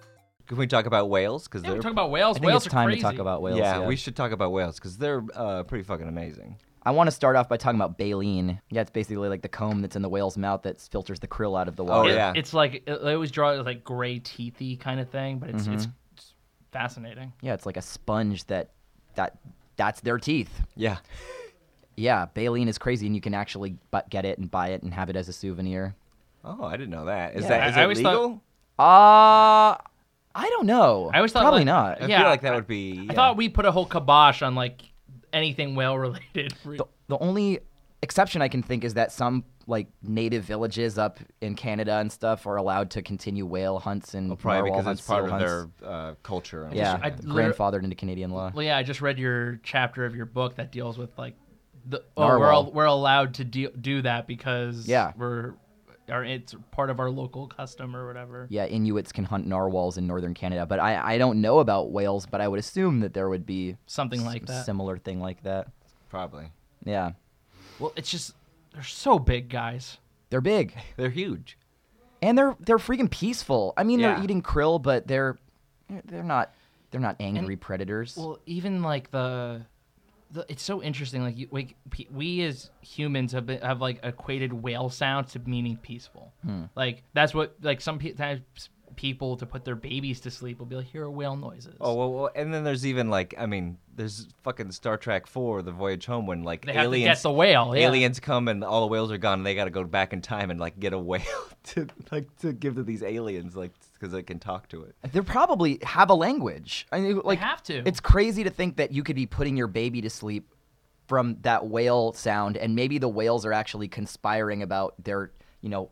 Speaker 2: can we talk about whales? Because
Speaker 1: Yeah, we
Speaker 2: they're
Speaker 1: talk about whales.
Speaker 3: I think
Speaker 1: whales
Speaker 3: it's
Speaker 1: are
Speaker 3: time
Speaker 1: crazy.
Speaker 3: to talk about whales.
Speaker 2: yeah, we should talk about whales because they're uh, pretty fucking amazing.
Speaker 3: I want to start off by talking about baleen. Yeah, it's basically like the comb that's in the whale's mouth that filters the krill out of the water.
Speaker 2: Oh,
Speaker 1: It-
Speaker 2: yeah.
Speaker 1: it's like I always draw it like gray teethy kind of thing, but it's it's, it's fascinating.
Speaker 3: Yeah, it's like a sponge that that that's their teeth.
Speaker 2: Yeah,
Speaker 3: Yeah, baleen is crazy, and you can actually bu- get it and buy it and have it as a souvenir.
Speaker 2: Oh, I didn't know that. Is
Speaker 3: Yeah.
Speaker 2: that
Speaker 1: I-
Speaker 2: is
Speaker 1: I
Speaker 2: it
Speaker 1: always thought-
Speaker 2: legal?
Speaker 3: Uh I don't know.
Speaker 1: I always thought
Speaker 3: probably
Speaker 1: like-
Speaker 3: not.
Speaker 2: I
Speaker 1: Yeah,
Speaker 2: feel like that
Speaker 1: I-
Speaker 2: would be.
Speaker 1: I thought we put a whole kibosh on like anything whale related.
Speaker 3: The, the only exception I can think is that some like native villages up in Canada and stuff are allowed to continue whale hunts and
Speaker 2: Oh, probably
Speaker 3: narwhal
Speaker 2: because
Speaker 3: hunts,
Speaker 2: it's part
Speaker 3: seal
Speaker 2: of
Speaker 3: hunts.
Speaker 2: their uh, culture. and
Speaker 3: yeah
Speaker 2: shit.
Speaker 1: I liter-
Speaker 3: grandfathered into Canadian law.
Speaker 1: Well, yeah, I just read your chapter of your book that deals with like the oh,
Speaker 3: Narwhal.
Speaker 1: we're all, we're allowed to deal, do that because
Speaker 3: Yeah.
Speaker 1: we're our it's part of our local custom or whatever.
Speaker 3: Yeah, Inuits can hunt narwhals in northern Canada, but I, I don't know about whales, but I would assume that there would be
Speaker 1: Something like
Speaker 3: some
Speaker 1: that.
Speaker 3: similar thing like that.
Speaker 2: probably.
Speaker 3: Yeah,
Speaker 1: Well, it's just they're so big, guys.
Speaker 3: they're big
Speaker 2: They're huge.
Speaker 3: and they're they're freaking peaceful. I mean,
Speaker 2: Yeah.
Speaker 3: they're eating krill, but they're they're not they're not angry predators.
Speaker 1: Well, even like the, the it's so interesting. Like you, like pe- we as humans have been, have like equated whale sound to meaning peaceful. Like that's what like some pe- times people to put their babies to sleep will be like hear whale noises.
Speaker 2: Oh well, well, and then there's even like I mean, there's fucking Star Trek Four: The Voyage Home when like
Speaker 1: they have
Speaker 2: aliens
Speaker 1: to get the whale. yeah.
Speaker 2: aliens come and all the whales are gone. and They got to go back in time and like get a whale [laughs] to like to give to these aliens like because they can talk to it.
Speaker 3: they probably have a language. I mean, like
Speaker 1: have to.
Speaker 3: It's crazy to think that you could be putting your baby to sleep from that whale sound, and maybe the whales are actually conspiring about their you know.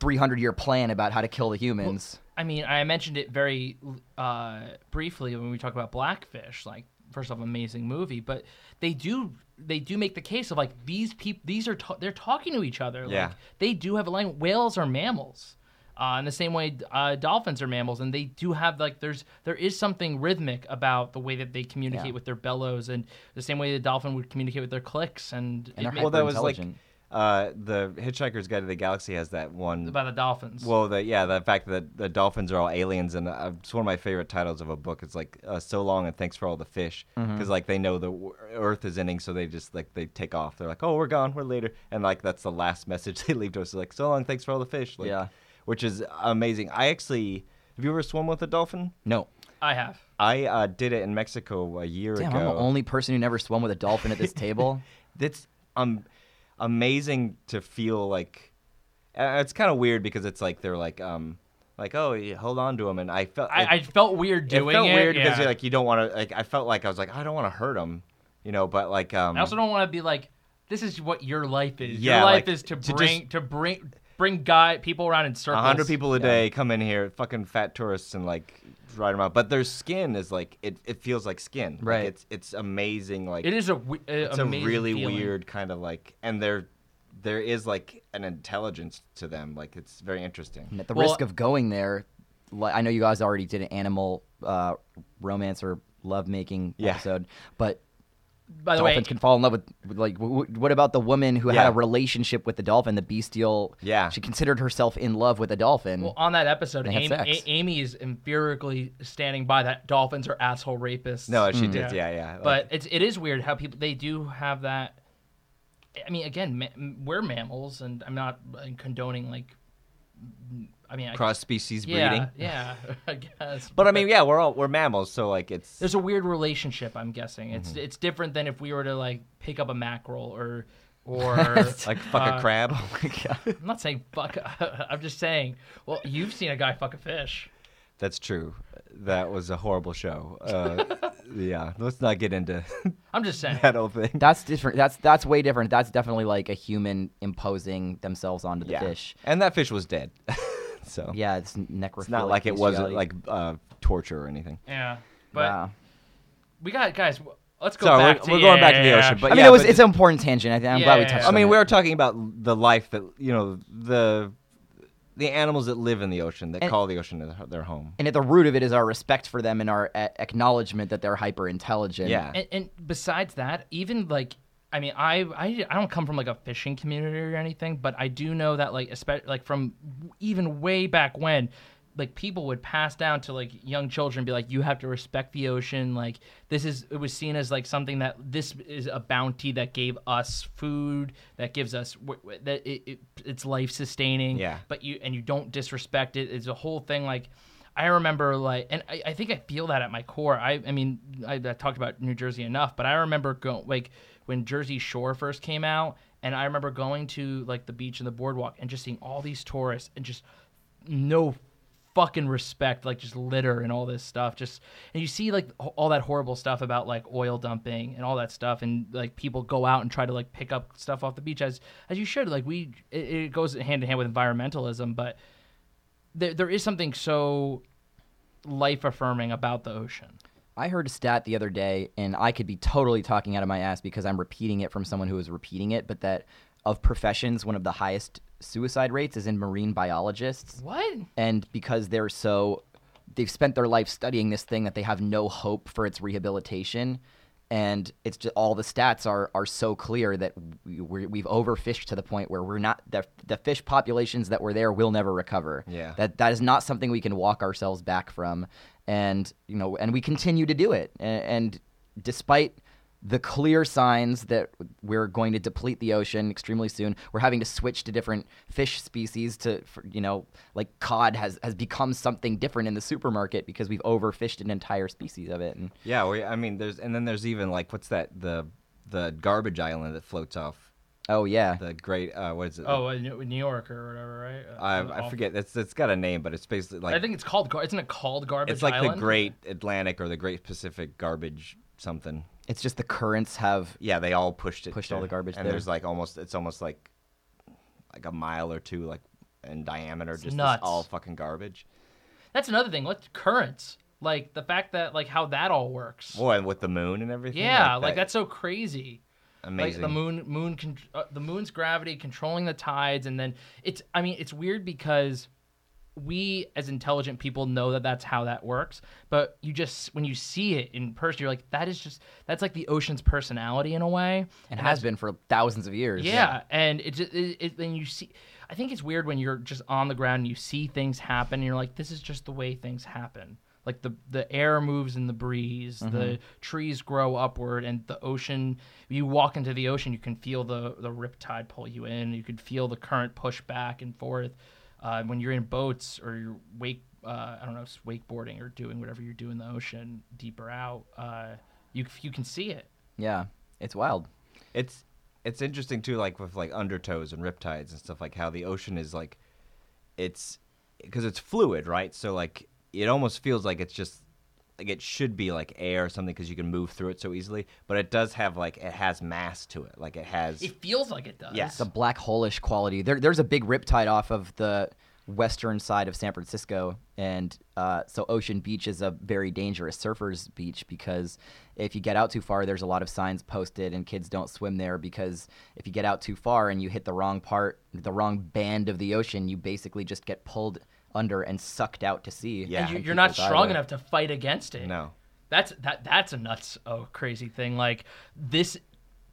Speaker 3: 300 year plan about how to kill the humans.
Speaker 1: I mean, I mentioned it very uh, briefly when we talk about Blackfish. Like, first off, amazing movie, but they do they do make the case of like these people. These are ta- they're talking to each other.
Speaker 2: Yeah.
Speaker 1: Like, they do have a language. Whales are mammals. Uh, in the same way, uh, dolphins are mammals, and they do have like there's there is something rhythmic about the way that they communicate
Speaker 3: Yeah.
Speaker 1: with their bellows, and the same way the dolphin would communicate with their clicks, and,
Speaker 3: And
Speaker 1: it
Speaker 3: they're
Speaker 1: ma-
Speaker 2: well, that was like
Speaker 3: Hyperintelligent.
Speaker 2: uh, the Hitchhiker's Guide to the Galaxy has that one.
Speaker 1: by the dolphins.
Speaker 2: Well, the, yeah, the fact that the dolphins are all aliens, and uh, it's one of my favorite titles of a book. It's like uh, "So Long and Thanks for All the Fish," because
Speaker 3: Mm-hmm.
Speaker 2: like they know the w- Earth is ending, so they just like they take off. They're like, "Oh, we're gone, we're later," and like that's the last [laughs] message they leave to us. Like, "So long, thanks for all the fish." Like,
Speaker 3: Yeah.
Speaker 2: which is amazing. I actually, have you ever swum with a dolphin?
Speaker 3: No.
Speaker 1: I have.
Speaker 2: I uh, did it in Mexico a year
Speaker 3: Damn,
Speaker 2: ago.
Speaker 3: I'm the only person who never swum with a dolphin [laughs] at this table.
Speaker 2: That's um amazing to feel like uh, it's kind of weird because it's like they're like um like oh you hold on to them and I felt
Speaker 1: I, I felt weird doing it.
Speaker 2: it felt weird because
Speaker 1: yeah.
Speaker 2: you're like you don't want to like I felt like I was like I don't want to hurt him you know but like um
Speaker 1: I also don't want to be like, this is what your life is.
Speaker 2: Yeah,
Speaker 1: your life
Speaker 2: like,
Speaker 1: is to
Speaker 2: to
Speaker 1: bring
Speaker 2: just-
Speaker 1: to bring bring guy people around in circles.
Speaker 2: a hundred people a day come in here fucking fat tourists and like ride them out but their skin is like it, it feels like skin Like,
Speaker 3: Right.
Speaker 2: it's it's amazing like
Speaker 1: It is a we- uh,
Speaker 2: it's a
Speaker 1: amazing
Speaker 2: really
Speaker 1: feeling.
Speaker 2: weird kind of like and there there is like an intelligence to them like it's very interesting
Speaker 3: And at the
Speaker 1: Well-
Speaker 3: risk of going there, li- I know you guys already did an animal uh, romance or love making
Speaker 2: Yeah.
Speaker 3: episode, but
Speaker 1: By the way,
Speaker 3: dolphins can fall in love with, with, like w- w- what about the woman who had
Speaker 2: Yeah.
Speaker 3: a relationship with the dolphin, the bestial?
Speaker 2: Yeah.
Speaker 3: she considered herself in love with a dolphin.
Speaker 1: well, on that episode,
Speaker 3: They had
Speaker 1: Amy,
Speaker 3: sex.
Speaker 1: A- Amy is empirically standing by that dolphins are asshole rapists.
Speaker 2: No, she
Speaker 1: Mm. Yeah.
Speaker 2: did. Yeah, yeah. Like,
Speaker 1: but it's it is weird how people they do have that. I mean, again, ma- m- we're mammals, and I'm not condoning like. I mean, I,
Speaker 2: cross species
Speaker 1: yeah,
Speaker 2: breeding.
Speaker 1: yeah, [laughs] I guess.
Speaker 2: But I mean, yeah, we're all we're mammals, so like it's
Speaker 1: there's a weird relationship. I'm guessing it's
Speaker 2: Mm-hmm.
Speaker 1: it's different than if we were to like pick up a mackerel or
Speaker 2: [laughs]
Speaker 1: or
Speaker 2: like fuck
Speaker 1: uh,
Speaker 2: a crab.
Speaker 1: [laughs]
Speaker 2: [laughs] Oh
Speaker 1: I'm not saying fuck. [laughs] I'm just saying. Well, you've seen a guy fuck a fish.
Speaker 2: That's true. That was a horrible show.
Speaker 3: [laughs]
Speaker 2: Uh, yeah, let's not get into [laughs]
Speaker 1: I'm just saying.
Speaker 2: that whole thing.
Speaker 3: that's different. That's that's way different. That's definitely like a human imposing themselves onto the
Speaker 2: yeah,
Speaker 3: fish.
Speaker 2: and that fish was dead. [laughs] so
Speaker 3: Yeah, it's necrophilic.
Speaker 2: it's not like it wasn't
Speaker 3: bestiality.
Speaker 2: like uh, torture or anything.
Speaker 1: Yeah, but
Speaker 3: Wow.
Speaker 1: we got guys. w- Let's go
Speaker 2: Sorry,
Speaker 1: back.
Speaker 2: we're-
Speaker 1: to,
Speaker 2: we're going back to the
Speaker 1: yeah, yeah,
Speaker 2: ocean,
Speaker 1: yeah.
Speaker 2: but
Speaker 3: I mean,
Speaker 2: yeah,
Speaker 3: it was
Speaker 2: but-
Speaker 3: it's an important tangent. I, think. I'm glad we
Speaker 1: Yeah,
Speaker 3: touched.
Speaker 1: yeah,
Speaker 2: I
Speaker 3: on
Speaker 2: mean,
Speaker 3: it.
Speaker 2: we were talking about the life that you know the the animals that live in the ocean that
Speaker 3: And-
Speaker 2: call the ocean their- their home.
Speaker 3: and at the root of it is our respect for them and our uh, acknowledgement that they're hyper intelligent.
Speaker 2: Yeah.
Speaker 1: and, and besides that, even like. I mean, I, I I don't come from like a fishing community or anything, but I do know that like especially like from even way back when, like people would pass down to like young children be like, you have to respect the ocean. Like this is it was seen as like something that this is a bounty that gave us food that gives us w- w- that it, it, it's life sustaining.
Speaker 2: Yeah.
Speaker 1: but you and you don't disrespect it. It's a whole thing. Like I remember, like, and I, I think I feel that at my core. I, I mean, I, I talked about New Jersey enough, but I remember going like when Jersey Shore first came out, and I remember going to like the beach and the boardwalk and just seeing all these tourists and just no fucking respect like just litter and all this stuff just and you see like h- all that horrible stuff about like oil dumping and all that stuff and like people go out and try to like pick up stuff off the beach as as you should like we it, it goes hand in hand with environmentalism but there, there is something so life affirming about the ocean
Speaker 3: I heard a stat the other day, and I could be totally talking out of my ass because I'm repeating it from someone who is repeating it, but that of professions, one of the highest suicide rates is in marine biologists.
Speaker 1: what
Speaker 3: And because they're so, they've spent their life studying this thing that they have no hope for its rehabilitation. And it's just all the stats are, are so clear that we, we're, we've overfished to the point where we're not, the, the fish populations that were there will never recover.
Speaker 2: Yeah.
Speaker 3: That that that is not something we can walk ourselves back from and you know and we continue to do it and, and despite the clear signs that we're going to deplete the ocean extremely soon we're having to switch to different fish species to for, you know like cod has has become something different in the supermarket because we've overfished an entire species of it and
Speaker 2: Yeah, we, I mean, there's and then there's even like what's that the the garbage island that floats off
Speaker 3: oh yeah
Speaker 2: the great uh, what is it?
Speaker 1: oh uh, New New York or whatever right Uh,
Speaker 2: I,
Speaker 1: off-
Speaker 2: I forget. It's it's got a name, but it's basically like
Speaker 1: I think it's called gar- isn't it called garbage
Speaker 2: it's like the
Speaker 1: Island?
Speaker 2: Great Atlantic or the Great Pacific garbage something.
Speaker 3: it's just the currents have
Speaker 2: Yeah, they all pushed it.
Speaker 3: Pushed all
Speaker 2: to-
Speaker 3: the garbage
Speaker 2: And
Speaker 3: there.
Speaker 2: there's like almost it's almost like like a mile or two like in diameter, just this
Speaker 1: nuts.
Speaker 2: all fucking garbage.
Speaker 1: that's another thing what currents like the fact that like how that all works
Speaker 2: Boy, and with the moon and everything.
Speaker 1: Yeah, like,
Speaker 2: that-
Speaker 1: that's so crazy.
Speaker 2: amazing.
Speaker 1: Like the moon, moon, con- uh, the moon's gravity controlling the tides, and then it's. I mean, it's weird because we as intelligent people know that that's how that works but you just when you see it in person you're like that is just that's like the ocean's personality in a way
Speaker 3: and has been for thousands of years.
Speaker 1: yeah, and it just it, it, then you see. I think it's weird when you're just on the ground and you see things happen. and You're like, this is just the way things happen. Like the the air moves in the breeze, the trees grow upward, and the ocean. You walk into the ocean, you can feel the the rip tide pull you in. You can feel the current push back and forth. Uh, when you're in boats or you're wake, uh, I don't know, wakeboarding or doing whatever you do in the ocean deeper out, uh, you you can see it.
Speaker 3: Yeah. It's wild.
Speaker 2: it's it's interesting too like with like undertows and riptides and stuff like how the ocean is like it's because it's fluid right so like it almost feels like it's just like it should be like air or something because you can move through it so easily but it does have like it has mass to it like it has
Speaker 1: It feels like it does.
Speaker 2: Yeah.
Speaker 3: It's a black hole-ish quality. There, there's a big riptide off of the western side of San Francisco, and uh, so Ocean Beach is a very dangerous surfers' beach because if you get out too far, there's a lot of signs posted, and kids don't swim there because if you get out too far and you hit the wrong part, the wrong band of the ocean, you basically just get pulled under and sucked out to sea.
Speaker 2: Yeah.
Speaker 1: and you,
Speaker 2: And
Speaker 1: you're not
Speaker 3: people die
Speaker 1: strong
Speaker 3: there.
Speaker 1: enough to fight against it.
Speaker 2: no
Speaker 1: that's that that's a nuts oh crazy thing. Like this,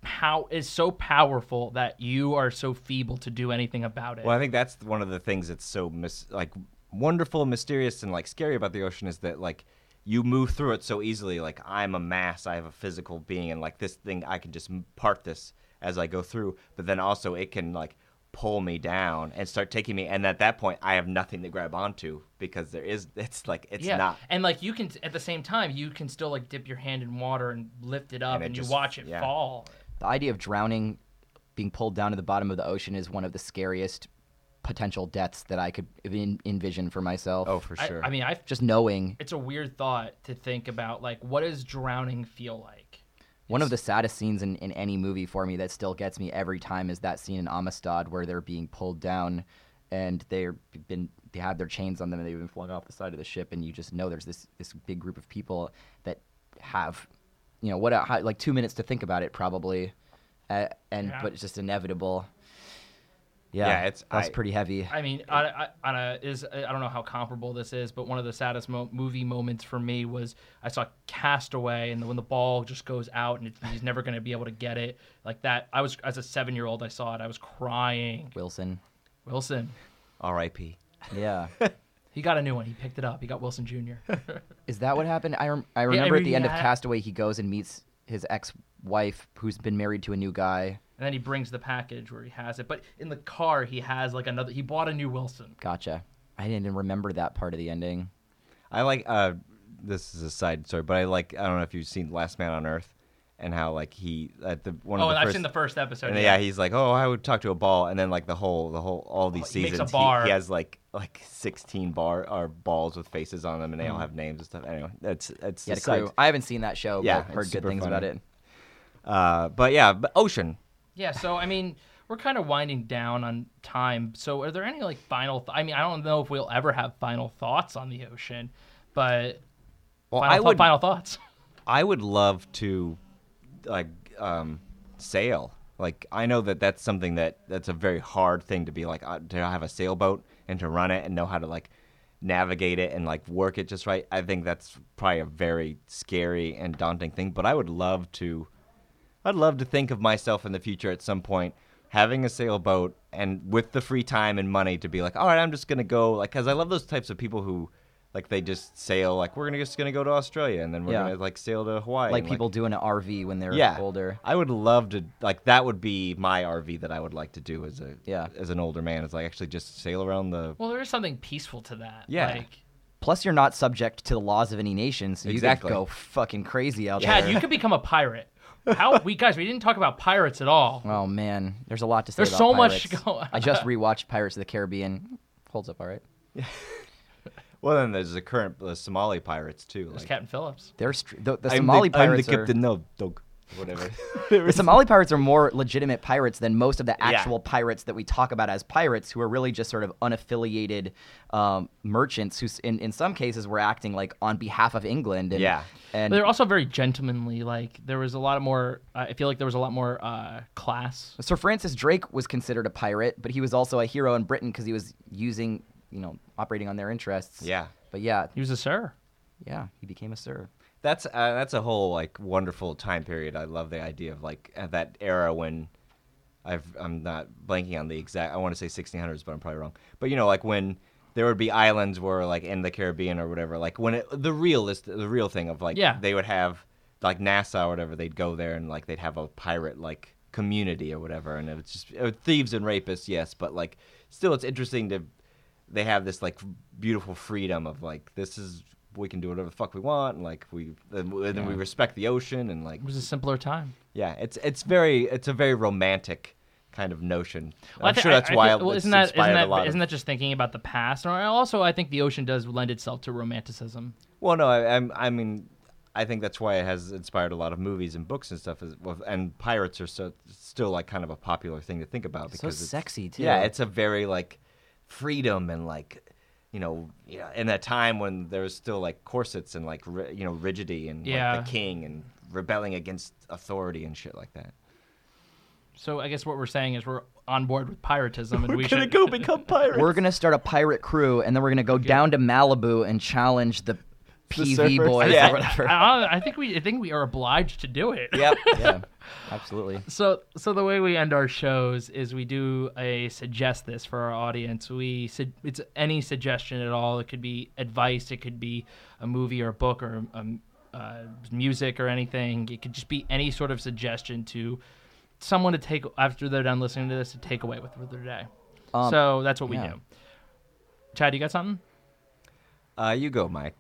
Speaker 1: how is so powerful that you are so feeble to do anything about it.
Speaker 2: Well, I think that's one of the things that's so mis- like wonderful, mysterious, and like scary about the ocean is that like you move through it so easily. Like I'm a mass, I have a physical being, and like this thing, I can just m- part this as I go through. But then also, it can like pull me down and start taking me. And at that point, I have nothing to grab onto because there is. [laughs] It's like it's
Speaker 1: yeah,
Speaker 2: not.
Speaker 1: and like you can at the same time you can still like dip your hand in water and lift it up
Speaker 2: And
Speaker 1: and,
Speaker 2: it
Speaker 1: you
Speaker 2: just-
Speaker 1: watch it
Speaker 2: yeah.
Speaker 1: fall.
Speaker 3: the idea of drowning, being pulled down to the bottom of the ocean, is one of the scariest potential deaths that I could en- envision for myself.
Speaker 2: Oh, for
Speaker 1: I-
Speaker 2: sure.
Speaker 1: I, mean, I
Speaker 3: just knowing
Speaker 1: it's a weird thought to think about. Like, what does drowning feel like?
Speaker 3: one of the saddest scenes in, in any movie for me that still gets me every time is that scene in Amistad where they're being pulled down and they're been they have their chains on them and they've been flung off the side of the ship and you just know there's this this big group of people that have you know what a, how, like 2 minutes to think about it probably uh, and
Speaker 1: Yeah.
Speaker 3: but it's just inevitable. Yeah,
Speaker 2: Yeah, it's-
Speaker 3: that's
Speaker 2: I-
Speaker 3: pretty heavy.
Speaker 1: I mean, on a, on a is I don't know how comparable this is, but one of the saddest mo- movie moments for me was I saw Castaway, and when the ball just goes out and it, he's never going to be able to get it like that. I was as a seven year old, I saw it, I was crying.
Speaker 2: [laughs]
Speaker 3: Wilson.
Speaker 1: Wilson,
Speaker 2: R.I.P.
Speaker 3: Yeah.
Speaker 1: he got a new one. He picked it up. He got Wilson
Speaker 2: [laughs]
Speaker 1: Jr.
Speaker 3: Is that what happened? I, rem- I remember at
Speaker 1: mean,
Speaker 3: the end of
Speaker 1: yeah.
Speaker 3: Castaway, he goes and meets his ex-wife who's been married to a new guy.
Speaker 1: and then he brings the package where he has it, but in the car he has like another. He bought a new Wilson.
Speaker 3: Gotcha. I didn't even remember that part of the ending.
Speaker 2: I like uh this is a side story, but I like I don't know if you've seen Last Man on Earth and how like he at the one
Speaker 1: Oh,
Speaker 2: of
Speaker 1: and
Speaker 2: the
Speaker 1: I've
Speaker 2: first,
Speaker 1: seen the first episode.
Speaker 2: And yeah, he's like, "Oh, I would talk to a ball," and then like the whole, the whole, all these
Speaker 1: He makes a
Speaker 2: seasons,
Speaker 1: bar.
Speaker 2: He, has like like sixteen bar or balls with faces on them, and they
Speaker 1: Hmm.
Speaker 2: all have names and stuff. Anyway, that's that's
Speaker 3: He had
Speaker 2: the
Speaker 3: a crew.
Speaker 2: side-
Speaker 3: I haven't seen that show,
Speaker 2: Yeah,
Speaker 3: but
Speaker 2: it's
Speaker 3: heard good
Speaker 2: super
Speaker 3: things about
Speaker 2: funny.
Speaker 3: it.
Speaker 2: Uh, but yeah, but ocean.
Speaker 1: Yeah, so I mean, we're kind of winding down on time. So are there any like final th- I mean, I don't know if we'll ever have final thoughts on the ocean, but
Speaker 2: Well,
Speaker 1: final,
Speaker 2: I
Speaker 1: thou-
Speaker 2: would,
Speaker 1: final thoughts. [laughs]
Speaker 2: I would love to, like, um, sail. Like, I know that that's something that that's a very hard thing to be like uh, to have a sailboat and to run it and know how to like navigate it and like work it just right. I think that's probably a very scary and daunting thing. But I would love to, I'd love to think of myself in the future at some point having a sailboat and with the free time and money to be like, all right, I'm just gonna go like, cause I love those types of people who. Like they just sail, like we're gonna just gonna go to Australia and then we're
Speaker 3: Yeah.
Speaker 2: gonna like sail to Hawaii.
Speaker 3: Like
Speaker 2: and,
Speaker 3: people do in an RV when they're
Speaker 2: yeah
Speaker 3: older.
Speaker 2: i would love to like that would be my rv that i would like to do as a
Speaker 3: Yeah.
Speaker 2: as an older man is like actually just sail around the
Speaker 1: Well, there is something peaceful to that.
Speaker 2: Yeah.
Speaker 1: Like
Speaker 3: Plus, you're not subject to the laws of any nation, so you
Speaker 2: Exactly.
Speaker 3: could go fucking crazy out
Speaker 1: Chad,
Speaker 3: there.
Speaker 1: you could become a pirate. How we guys, we didn't talk about pirates at all.
Speaker 3: [laughs] Oh man, there's a lot to say.
Speaker 1: There's
Speaker 3: about
Speaker 1: so much
Speaker 3: pirates.
Speaker 1: to go on.
Speaker 3: I
Speaker 2: [laughs]
Speaker 3: just rewatched Pirates of the Caribbean. Holds up all right.
Speaker 2: well then there's the current the somali pirates too
Speaker 1: There's
Speaker 2: like,
Speaker 1: Captain Phillips.
Speaker 3: They're str- the, the
Speaker 2: I'm
Speaker 3: Somali
Speaker 2: the,
Speaker 3: pirates
Speaker 2: i'm the
Speaker 3: are-
Speaker 2: captain no dog
Speaker 3: [laughs]
Speaker 2: whatever [laughs]
Speaker 3: the Somali pirates are more legitimate pirates than most of the actual pirates that we talk about as pirates, who are really just sort of unaffiliated um, merchants who, s- in, in some cases, were acting like on behalf of England. And,
Speaker 2: Yeah.
Speaker 3: and
Speaker 1: But they're also very gentlemanly. Like there was a lot more. Uh, I feel like there was a lot more uh, class.
Speaker 3: Sir Francis Drake was considered a pirate, but he was also a hero in Britain because he was using you know, operating on their interests.
Speaker 2: Yeah.
Speaker 3: But yeah,
Speaker 1: He was a sir.
Speaker 3: yeah, he became a sir.
Speaker 2: That's uh, that's a whole like wonderful time period. I love the idea of like uh, that era when I've I'm not blanking on the exact. I want to say 1600s, but I'm probably wrong. But you know, like when there would be islands where like in the Caribbean or whatever, like when it, the realist the real thing of like
Speaker 1: Yeah.
Speaker 2: they would have like NASA or whatever. They'd go there and like they'd have a pirate like community or whatever, and it's just uh, thieves and rapists, yes, but like still, it's interesting to they have this like beautiful freedom of like this is we can do whatever the fuck we want and like we and then we respect the ocean and like
Speaker 1: It was a simpler time.
Speaker 2: yeah it's it's very it's a very romantic kind of notion
Speaker 1: Well, I
Speaker 2: i'm
Speaker 1: thi-
Speaker 2: sure
Speaker 1: I-
Speaker 2: that's
Speaker 1: I
Speaker 2: why
Speaker 1: think- well,
Speaker 2: it's
Speaker 1: isn't that
Speaker 2: inspired
Speaker 1: isn't that,
Speaker 2: a lot of-
Speaker 1: isn't that just thinking about the past? And also, I think the ocean does lend itself to romanticism.
Speaker 2: well no I, I'm, I mean i think that's why it has inspired a lot of movies and books and stuff is, well, and pirates are so still like kind of a popular thing to think about
Speaker 3: So
Speaker 2: because it's-
Speaker 3: sexy too.
Speaker 2: Yeah, it's a very like freedom and like you know, you know, in a time when there was still like corsets and like ri- you know rigidity and
Speaker 1: Yeah.
Speaker 2: like, the king and rebelling against authority and shit like that.
Speaker 1: So I guess what we're saying is we're on board with piratism, and we should
Speaker 2: become pirates.
Speaker 3: we're gonna start a pirate crew, and then we're gonna go down to Malibu and challenge the PV
Speaker 2: surfers.
Speaker 3: boys
Speaker 2: Yeah. [laughs]
Speaker 3: or whatever.
Speaker 1: I, I think we I think we are obliged to do it.
Speaker 3: [laughs]
Speaker 2: yep.
Speaker 3: yeah, absolutely.
Speaker 1: [laughs] So so the way we end our shows is we do a suggest this for our audience. We su- it's any suggestion at all. It could be advice. It could be a movie or a book or um, uh, music or anything. It could just be any sort of suggestion to someone to take after they're done listening to this to take away with for their day.
Speaker 3: Um,
Speaker 1: so that's what we
Speaker 3: yeah.
Speaker 1: do. Chad, you got something?
Speaker 2: Uh, you go, Mike.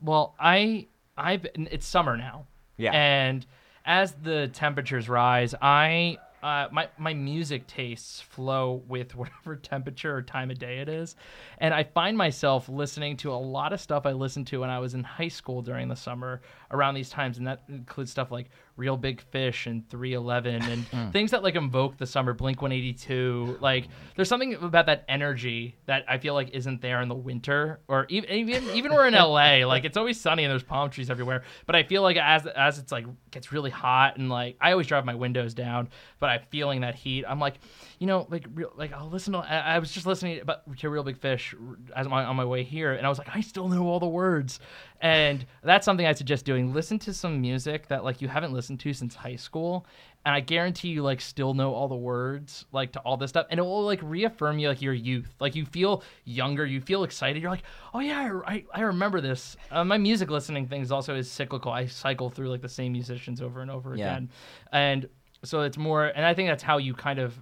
Speaker 1: Well, I I've and it's summer now.
Speaker 2: Yeah.
Speaker 1: And as the temperatures rise, I uh, my my music tastes flow with [laughs] whatever temperature or time of day it is, and I find myself listening to a lot of stuff I listened to when I was in high school during the summer around these times, and that includes stuff like Real Big Fish and 311 and things that like invoke the summer. Blink 182. Like there's something about that energy that I feel like isn't there in the winter, or even even even we're in LA. Like it's always sunny and there's palm trees everywhere, but I feel like as as it's like gets really hot and like I always drive my windows down, but I'm feeling that heat. I'm like, you know, like real like I'll listen to. I, I was just listening about to Real Big Fish as my, on my way here, and I was like, I still know all the words, and that's something I suggest doing. Listen to some music that like you haven't listened to since high school, and I guarantee you like still know all the words like to all this stuff, and it will like reaffirm you like your youth. Like you feel younger, you feel excited. You're like, oh yeah, I, I, I remember this. Uh, my music listening things also is cyclical. I cycle through like the same musicians over and over
Speaker 3: Yeah.
Speaker 1: again, and so it's more. And I think that's how you kind of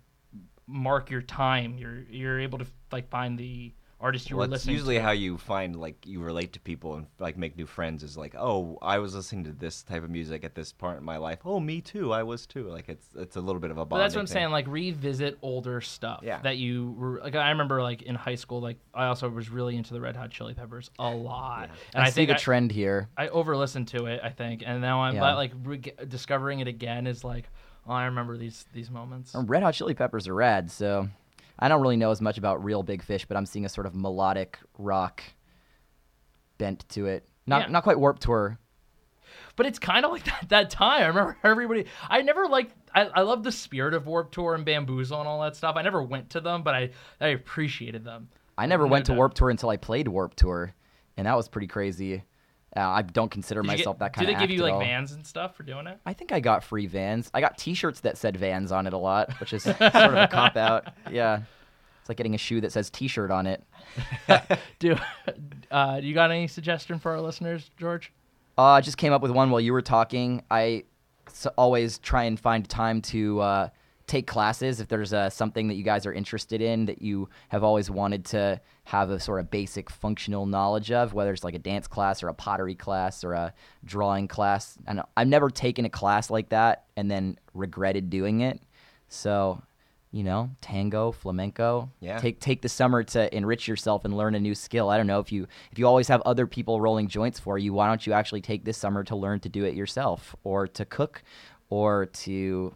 Speaker 1: mark your time. You're you're able to like find the artist you
Speaker 2: Well,
Speaker 1: were
Speaker 2: that's
Speaker 1: listening.
Speaker 2: usually
Speaker 1: to.
Speaker 2: how you find like you relate to people and like make new friends is like, oh, I was listening to this type of music at this part in my life. Oh, me too. I was too. Like it's it's a little bit of a
Speaker 1: But
Speaker 2: bond.
Speaker 1: that's what I'm saying. Like revisit older stuff
Speaker 2: Yeah.
Speaker 1: that you were like. I remember like in high school. Like I also was really into the Red Hot Chili Peppers a lot, and
Speaker 3: I,
Speaker 1: I,
Speaker 3: see
Speaker 1: think
Speaker 3: the
Speaker 1: I-
Speaker 3: trend here.
Speaker 1: I, over listened to it. I think, and now I'm
Speaker 3: Yeah.
Speaker 1: but, like re- discovering it again is like. Oh, I remember these these moments.
Speaker 3: Red Hot Chili Peppers are rad, so I don't really know as much about Real Big Fish, but I'm seeing a sort of melodic rock bent to it. Not
Speaker 1: Yeah.
Speaker 3: not quite Warp Tour.
Speaker 1: but it's kind of like [laughs] that, that time. I remember everybody. I never liked. I, I love the spirit of Warp Tour and Bamboozle and all that stuff. I never went to them, but I I appreciated them.
Speaker 3: I never
Speaker 1: No
Speaker 3: went to
Speaker 1: doubt.
Speaker 3: Warp Tour until I played Warp Tour, and that was pretty crazy. Uh, I don't consider
Speaker 1: Did you get-
Speaker 3: myself that kind
Speaker 1: Do
Speaker 3: of
Speaker 1: they give you
Speaker 3: act at
Speaker 1: like
Speaker 3: all.
Speaker 1: vans and stuff for doing it?
Speaker 3: I think I got free Vans. I got T-shirts that said Vans on it a lot, which
Speaker 1: [laughs]
Speaker 3: is sort of a cop out. Yeah, it's like getting a shoe that says T-shirt on it.
Speaker 1: Do uh, you got any suggestion for our listeners, George?
Speaker 3: Uh, I just came up with one while you were talking. I s- always try and find time to uh, take classes if there's uh, something that you guys are interested in that you have always wanted to have a sort of basic functional knowledge of, whether it's like a dance class or a pottery class or a drawing class. And I've never taken a class like that and then regretted doing it. So, you know, tango, flamenco.
Speaker 2: Yeah.
Speaker 3: Take take the summer to enrich yourself and learn a new skill. I don't know if you if you always have other people rolling joints for you, why don't you actually take this summer to learn to do it yourself or to cook or to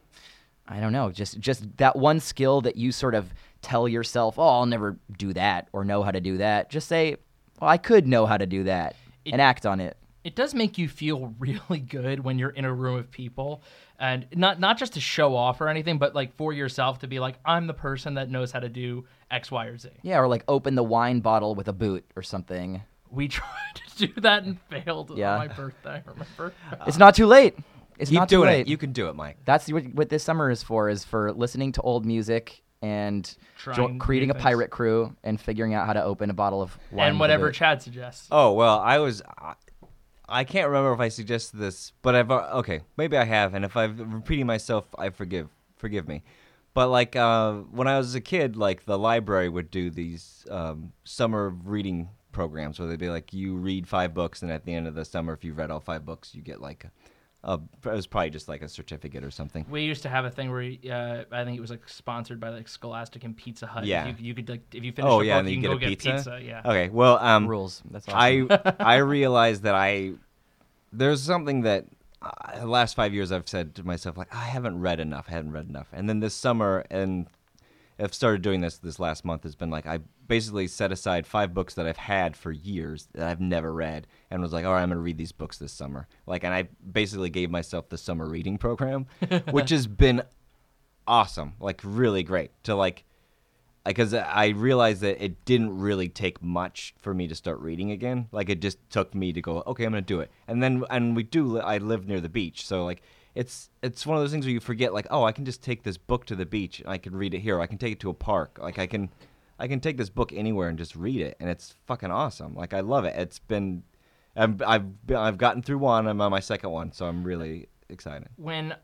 Speaker 3: I don't know, just just that one skill that you sort of tell yourself, "Oh, I'll never do that or know how to do that." Just say, "Well, I could know how to do that." and act on it.
Speaker 1: it does make you feel [laughs] really good when you're in a room of people and not not just to show off or anything but like for yourself to be like i'm the person that knows how to do x y or z
Speaker 3: Yeah, or like open the wine bottle with a boot or something.
Speaker 1: we [laughs] tried to do that and failed
Speaker 3: Yeah.
Speaker 1: on my birthday [laughs] remember
Speaker 3: It's not too late. It's
Speaker 2: Uh, Keep
Speaker 3: not too
Speaker 2: doing
Speaker 3: late.
Speaker 2: it. You can do it, Mike.
Speaker 3: That's what, what this summer is for: is for listening to old music and jo-
Speaker 1: Trying new
Speaker 3: creating a
Speaker 1: things.
Speaker 3: pirate crew and figuring out how to open a bottle of wine. with
Speaker 1: and
Speaker 3: a
Speaker 1: whatever
Speaker 3: boot.
Speaker 1: chad suggests
Speaker 2: Oh well, I was. I, I can't remember if I suggested this, but I've uh, okay, maybe I have, and if I'm repeating myself, I forgive forgive me. But like uh, when I was a kid, like the library would do these um, summer reading programs where they'd be like, you read five books, and at the end of the summer, if you read all five books, you get like a, a it was probably just like a certificate or something.
Speaker 1: we used to have a thing where uh, I think it was like sponsored by like Scholastic and Pizza Hut. If
Speaker 2: Yeah.
Speaker 1: you, you could like if you finish
Speaker 2: Oh
Speaker 1: a
Speaker 2: yeah,
Speaker 1: book,
Speaker 2: and then
Speaker 1: you
Speaker 2: you
Speaker 1: can
Speaker 2: get
Speaker 1: go
Speaker 2: a pizza.
Speaker 1: Yeah,
Speaker 2: Okay. Well, um,
Speaker 3: rules. That's awesome. [laughs]
Speaker 2: I I realized that I there's something that uh, the last five years I've said to myself like I haven't read enough, I haven't read enough, and then this summer and I've started doing this this last month has been like I basically set aside five books that I've had for years that I've never read and was like all right I'm gonna read these books this summer like and I basically gave myself the summer reading
Speaker 3: [laughs]
Speaker 2: program, which has been awesome like really great to like because I realized that it didn't really take much for me to start reading again. Like it just took me to go, okay, I'm gonna do it, and then and we do. li- I live near the beach, so like it's it's one of those things where you forget, like, oh, I can just take this book to the beach, and I can read it here. I can take it to a park, like I can, I can take this book anywhere and just read it, and it's fucking awesome. Like I love it. It's been, I've I've, been, I've gotten through one. I'm on my second one, so I'm really excited.
Speaker 1: when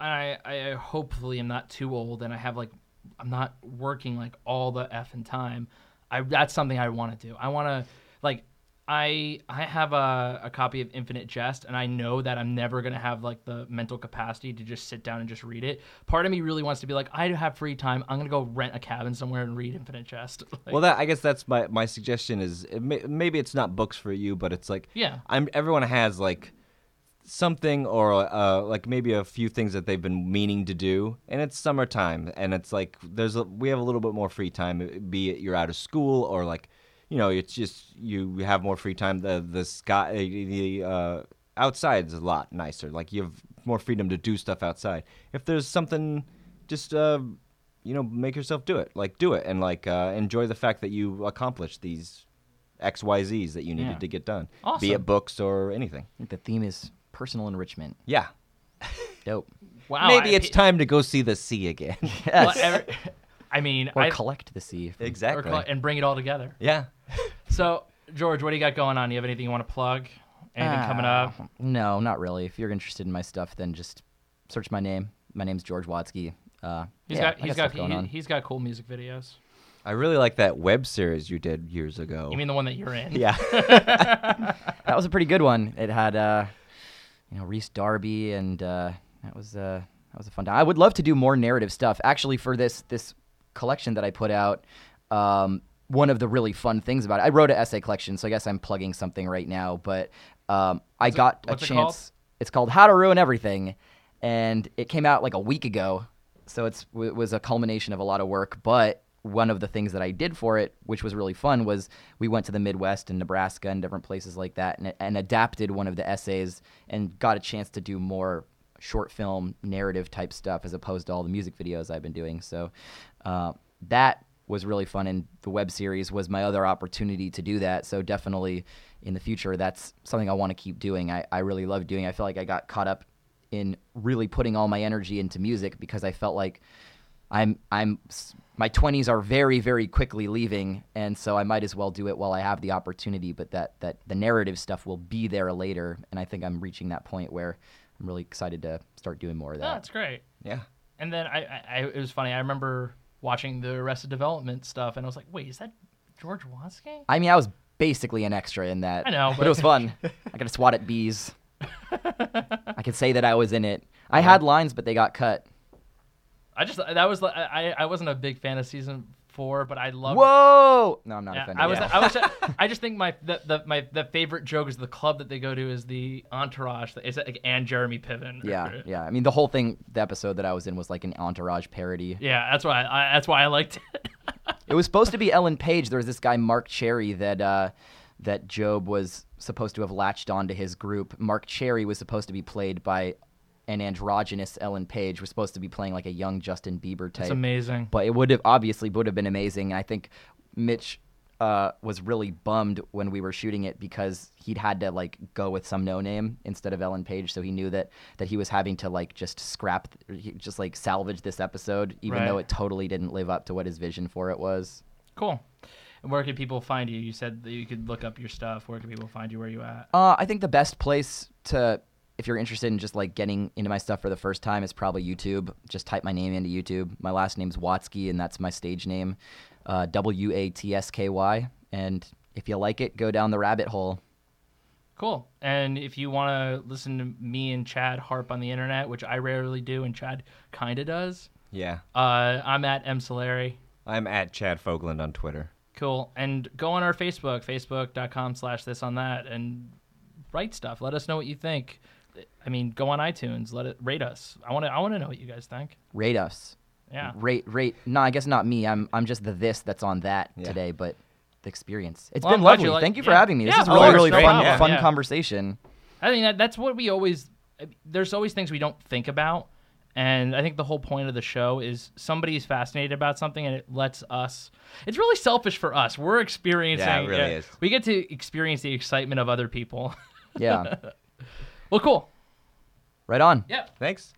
Speaker 1: I, I hopefully am not too old and I have like I'm not working like all the effing time. I that's something I want to do. I want to like I I have a, a copy of Infinite Jest and I know that I'm never gonna have like the mental capacity to just sit down and just read it. Part of me really wants to be like I have free time. I'm gonna go rent a cabin somewhere and read Infinite Jest. [laughs] Like,
Speaker 2: well that i guess that's my my suggestion is it may, maybe it's not books for you but it's like
Speaker 1: Yeah.
Speaker 2: i'm everyone has like something or uh like maybe a few things that they've been meaning to do and it's summertime and it's like there's a, we have a little bit more free time uh, be it you're out of school or like you know it's just you have more free time the the sky the uh outside's a lot nicer like you have more freedom to do stuff outside if there's something just uh you know make yourself do it like do it and like uh, enjoy the fact that you accomplished these xyz's that you needed
Speaker 1: Yeah.
Speaker 2: to get done
Speaker 1: Awesome.
Speaker 2: be it books or anything
Speaker 3: think the theme is personal enrichment.
Speaker 2: yeah
Speaker 3: Dope.
Speaker 1: wow,
Speaker 2: maybe
Speaker 1: I-
Speaker 2: it's time to go see the sea again
Speaker 1: [laughs]
Speaker 2: [laughs]
Speaker 1: well, every- I mean,
Speaker 3: Or
Speaker 1: I,
Speaker 3: collect the sea.
Speaker 1: or
Speaker 2: exactly
Speaker 1: collect- and bring it all together.
Speaker 2: yeah
Speaker 1: So, George, what do you got going on? Do you have anything you want to plug? Anything coming up?
Speaker 3: Uh, No, not really. If you're interested in my stuff, then just search my name. My name's George Watsky. Uh,
Speaker 1: He's
Speaker 3: yeah,
Speaker 1: got
Speaker 3: I
Speaker 1: he's
Speaker 3: stuff
Speaker 1: got
Speaker 3: going on.
Speaker 1: he, has got cool music videos.
Speaker 2: i really like that web series you did years ago
Speaker 1: You mean the one that you're in?
Speaker 2: yeah
Speaker 3: that was a pretty good one. It had uh, you know Reese Darby, and uh, that was uh, that was a fun time. I would love to do more narrative stuff. Actually, for this this collection that I put out, um, one of the really fun things about it, I wrote an essay collection, so I guess I'm plugging something right now. But um, I got a
Speaker 1: what's it
Speaker 3: chance.
Speaker 1: called?
Speaker 3: It's called How to Ruin Everything, and it came out like a week ago. So it's it was a culmination of a lot of work, but one of the things that I did for it, which was really fun, was we went to the Midwest and Nebraska and different places like that, and, and adapted one of the essays and got a chance to do more short film narrative type stuff as opposed to all the music videos I've been doing. So uh, that was really fun, and the web series was my other opportunity to do that. So definitely in the future, that's something I want to keep doing. I, I really love doing. I feel like I got caught up in really putting all my energy into music because I felt like I'm I'm s- my 20s are very very quickly leaving and so I might as well do it while I have the opportunity but that that the narrative stuff will be there later and I think I'm reaching that point where I'm really excited to start doing more of
Speaker 1: No,
Speaker 3: that.
Speaker 1: Oh, that's great.
Speaker 2: yeah
Speaker 1: And then I, I, I it was funny. I remember watching the Arrested Development stuff, and I was like, wait, is that George Wansky?
Speaker 3: I mean I was basically an extra in that.
Speaker 1: I know,
Speaker 3: but,
Speaker 1: but-
Speaker 3: it
Speaker 1: [laughs]
Speaker 3: was fun. I got to swat at bees. I could say that I was in it. I
Speaker 1: Uh-huh.
Speaker 3: had lines but they got cut.
Speaker 1: I just that was like, I I wasn't a big fan of season four, but I loved.
Speaker 3: Whoa! No, I'm not
Speaker 1: Yeah,
Speaker 3: offended.
Speaker 1: I was,
Speaker 3: at
Speaker 1: I
Speaker 3: all.
Speaker 1: was,
Speaker 3: [laughs]
Speaker 1: I just think my the, the my the favorite joke is the club that they go to is the Entourage. Is that like and Jeremy Piven?
Speaker 3: Yeah, yeah. I mean, the whole thing, the episode that I was in was like an entourage parody.
Speaker 1: yeah. That's why I, I that's why I liked it.
Speaker 3: It was supposed to be Ellen Page. There was this guy Mark Cherry that uh, that Job was supposed to have latched onto his group. Mark Cherry was supposed to be played by an androgynous Ellen Page, was supposed to be playing like a young Justin Bieber type.
Speaker 1: It's amazing.
Speaker 3: But it would have obviously would have been amazing. And I think Mitch uh, was really bummed when we were shooting it because he'd had to like go with some no name instead of Ellen Page, so he knew that that he was having to like just scrap, he- just like salvage this episode, even
Speaker 1: Right.
Speaker 3: though it totally didn't live up to what his vision for it was.
Speaker 1: Cool. And where can people find you? You said that you could look up your stuff. Where can people find you? Where you at?
Speaker 3: Uh, I think the best place to, if you're interested in just like getting into my stuff for the first time, is probably YouTube. Just type my name into YouTube. My last name's Watsky, and that's my stage name, uh, W A T S K Y. And if you like it, go down the rabbit hole.
Speaker 1: Cool. And if you want to listen to me and Chad harp on the internet, which I rarely do, and Chad kind of does,
Speaker 2: Yeah.
Speaker 1: uh, I'm at M Solari.
Speaker 2: I'm at Chad Fogland on Twitter.
Speaker 1: Cool. And go on our Facebook, facebook.com slash this on that, and write stuff. Let us know what you think. I mean, go on iTunes. Let it rate us. I want to. I want to know what you guys think.
Speaker 3: Rate us.
Speaker 1: Yeah.
Speaker 3: Rate, rate. No, I guess not me. I'm, I'm just the this that's on that today, but the experience. It's
Speaker 1: Well, I'm
Speaker 3: been
Speaker 1: glad
Speaker 3: lovely.
Speaker 1: you like-
Speaker 3: Thank you for
Speaker 1: yeah.
Speaker 3: having me. This
Speaker 1: Yeah,
Speaker 3: is
Speaker 1: of
Speaker 3: really,
Speaker 1: course.
Speaker 3: really
Speaker 1: No
Speaker 3: fun,
Speaker 1: problem.
Speaker 3: fun
Speaker 1: Yeah.
Speaker 3: conversation.
Speaker 1: I think that that's what we always. There's always things we don't think about, and I think the whole point of the show is somebody's fascinated about something, and it lets us. It's really selfish for us. We're experiencing.
Speaker 2: Yeah, it really is.
Speaker 1: We get to experience the excitement of other people.
Speaker 3: Yeah.
Speaker 1: [laughs] well, cool.
Speaker 3: right on.
Speaker 1: Yeah.
Speaker 2: Thanks.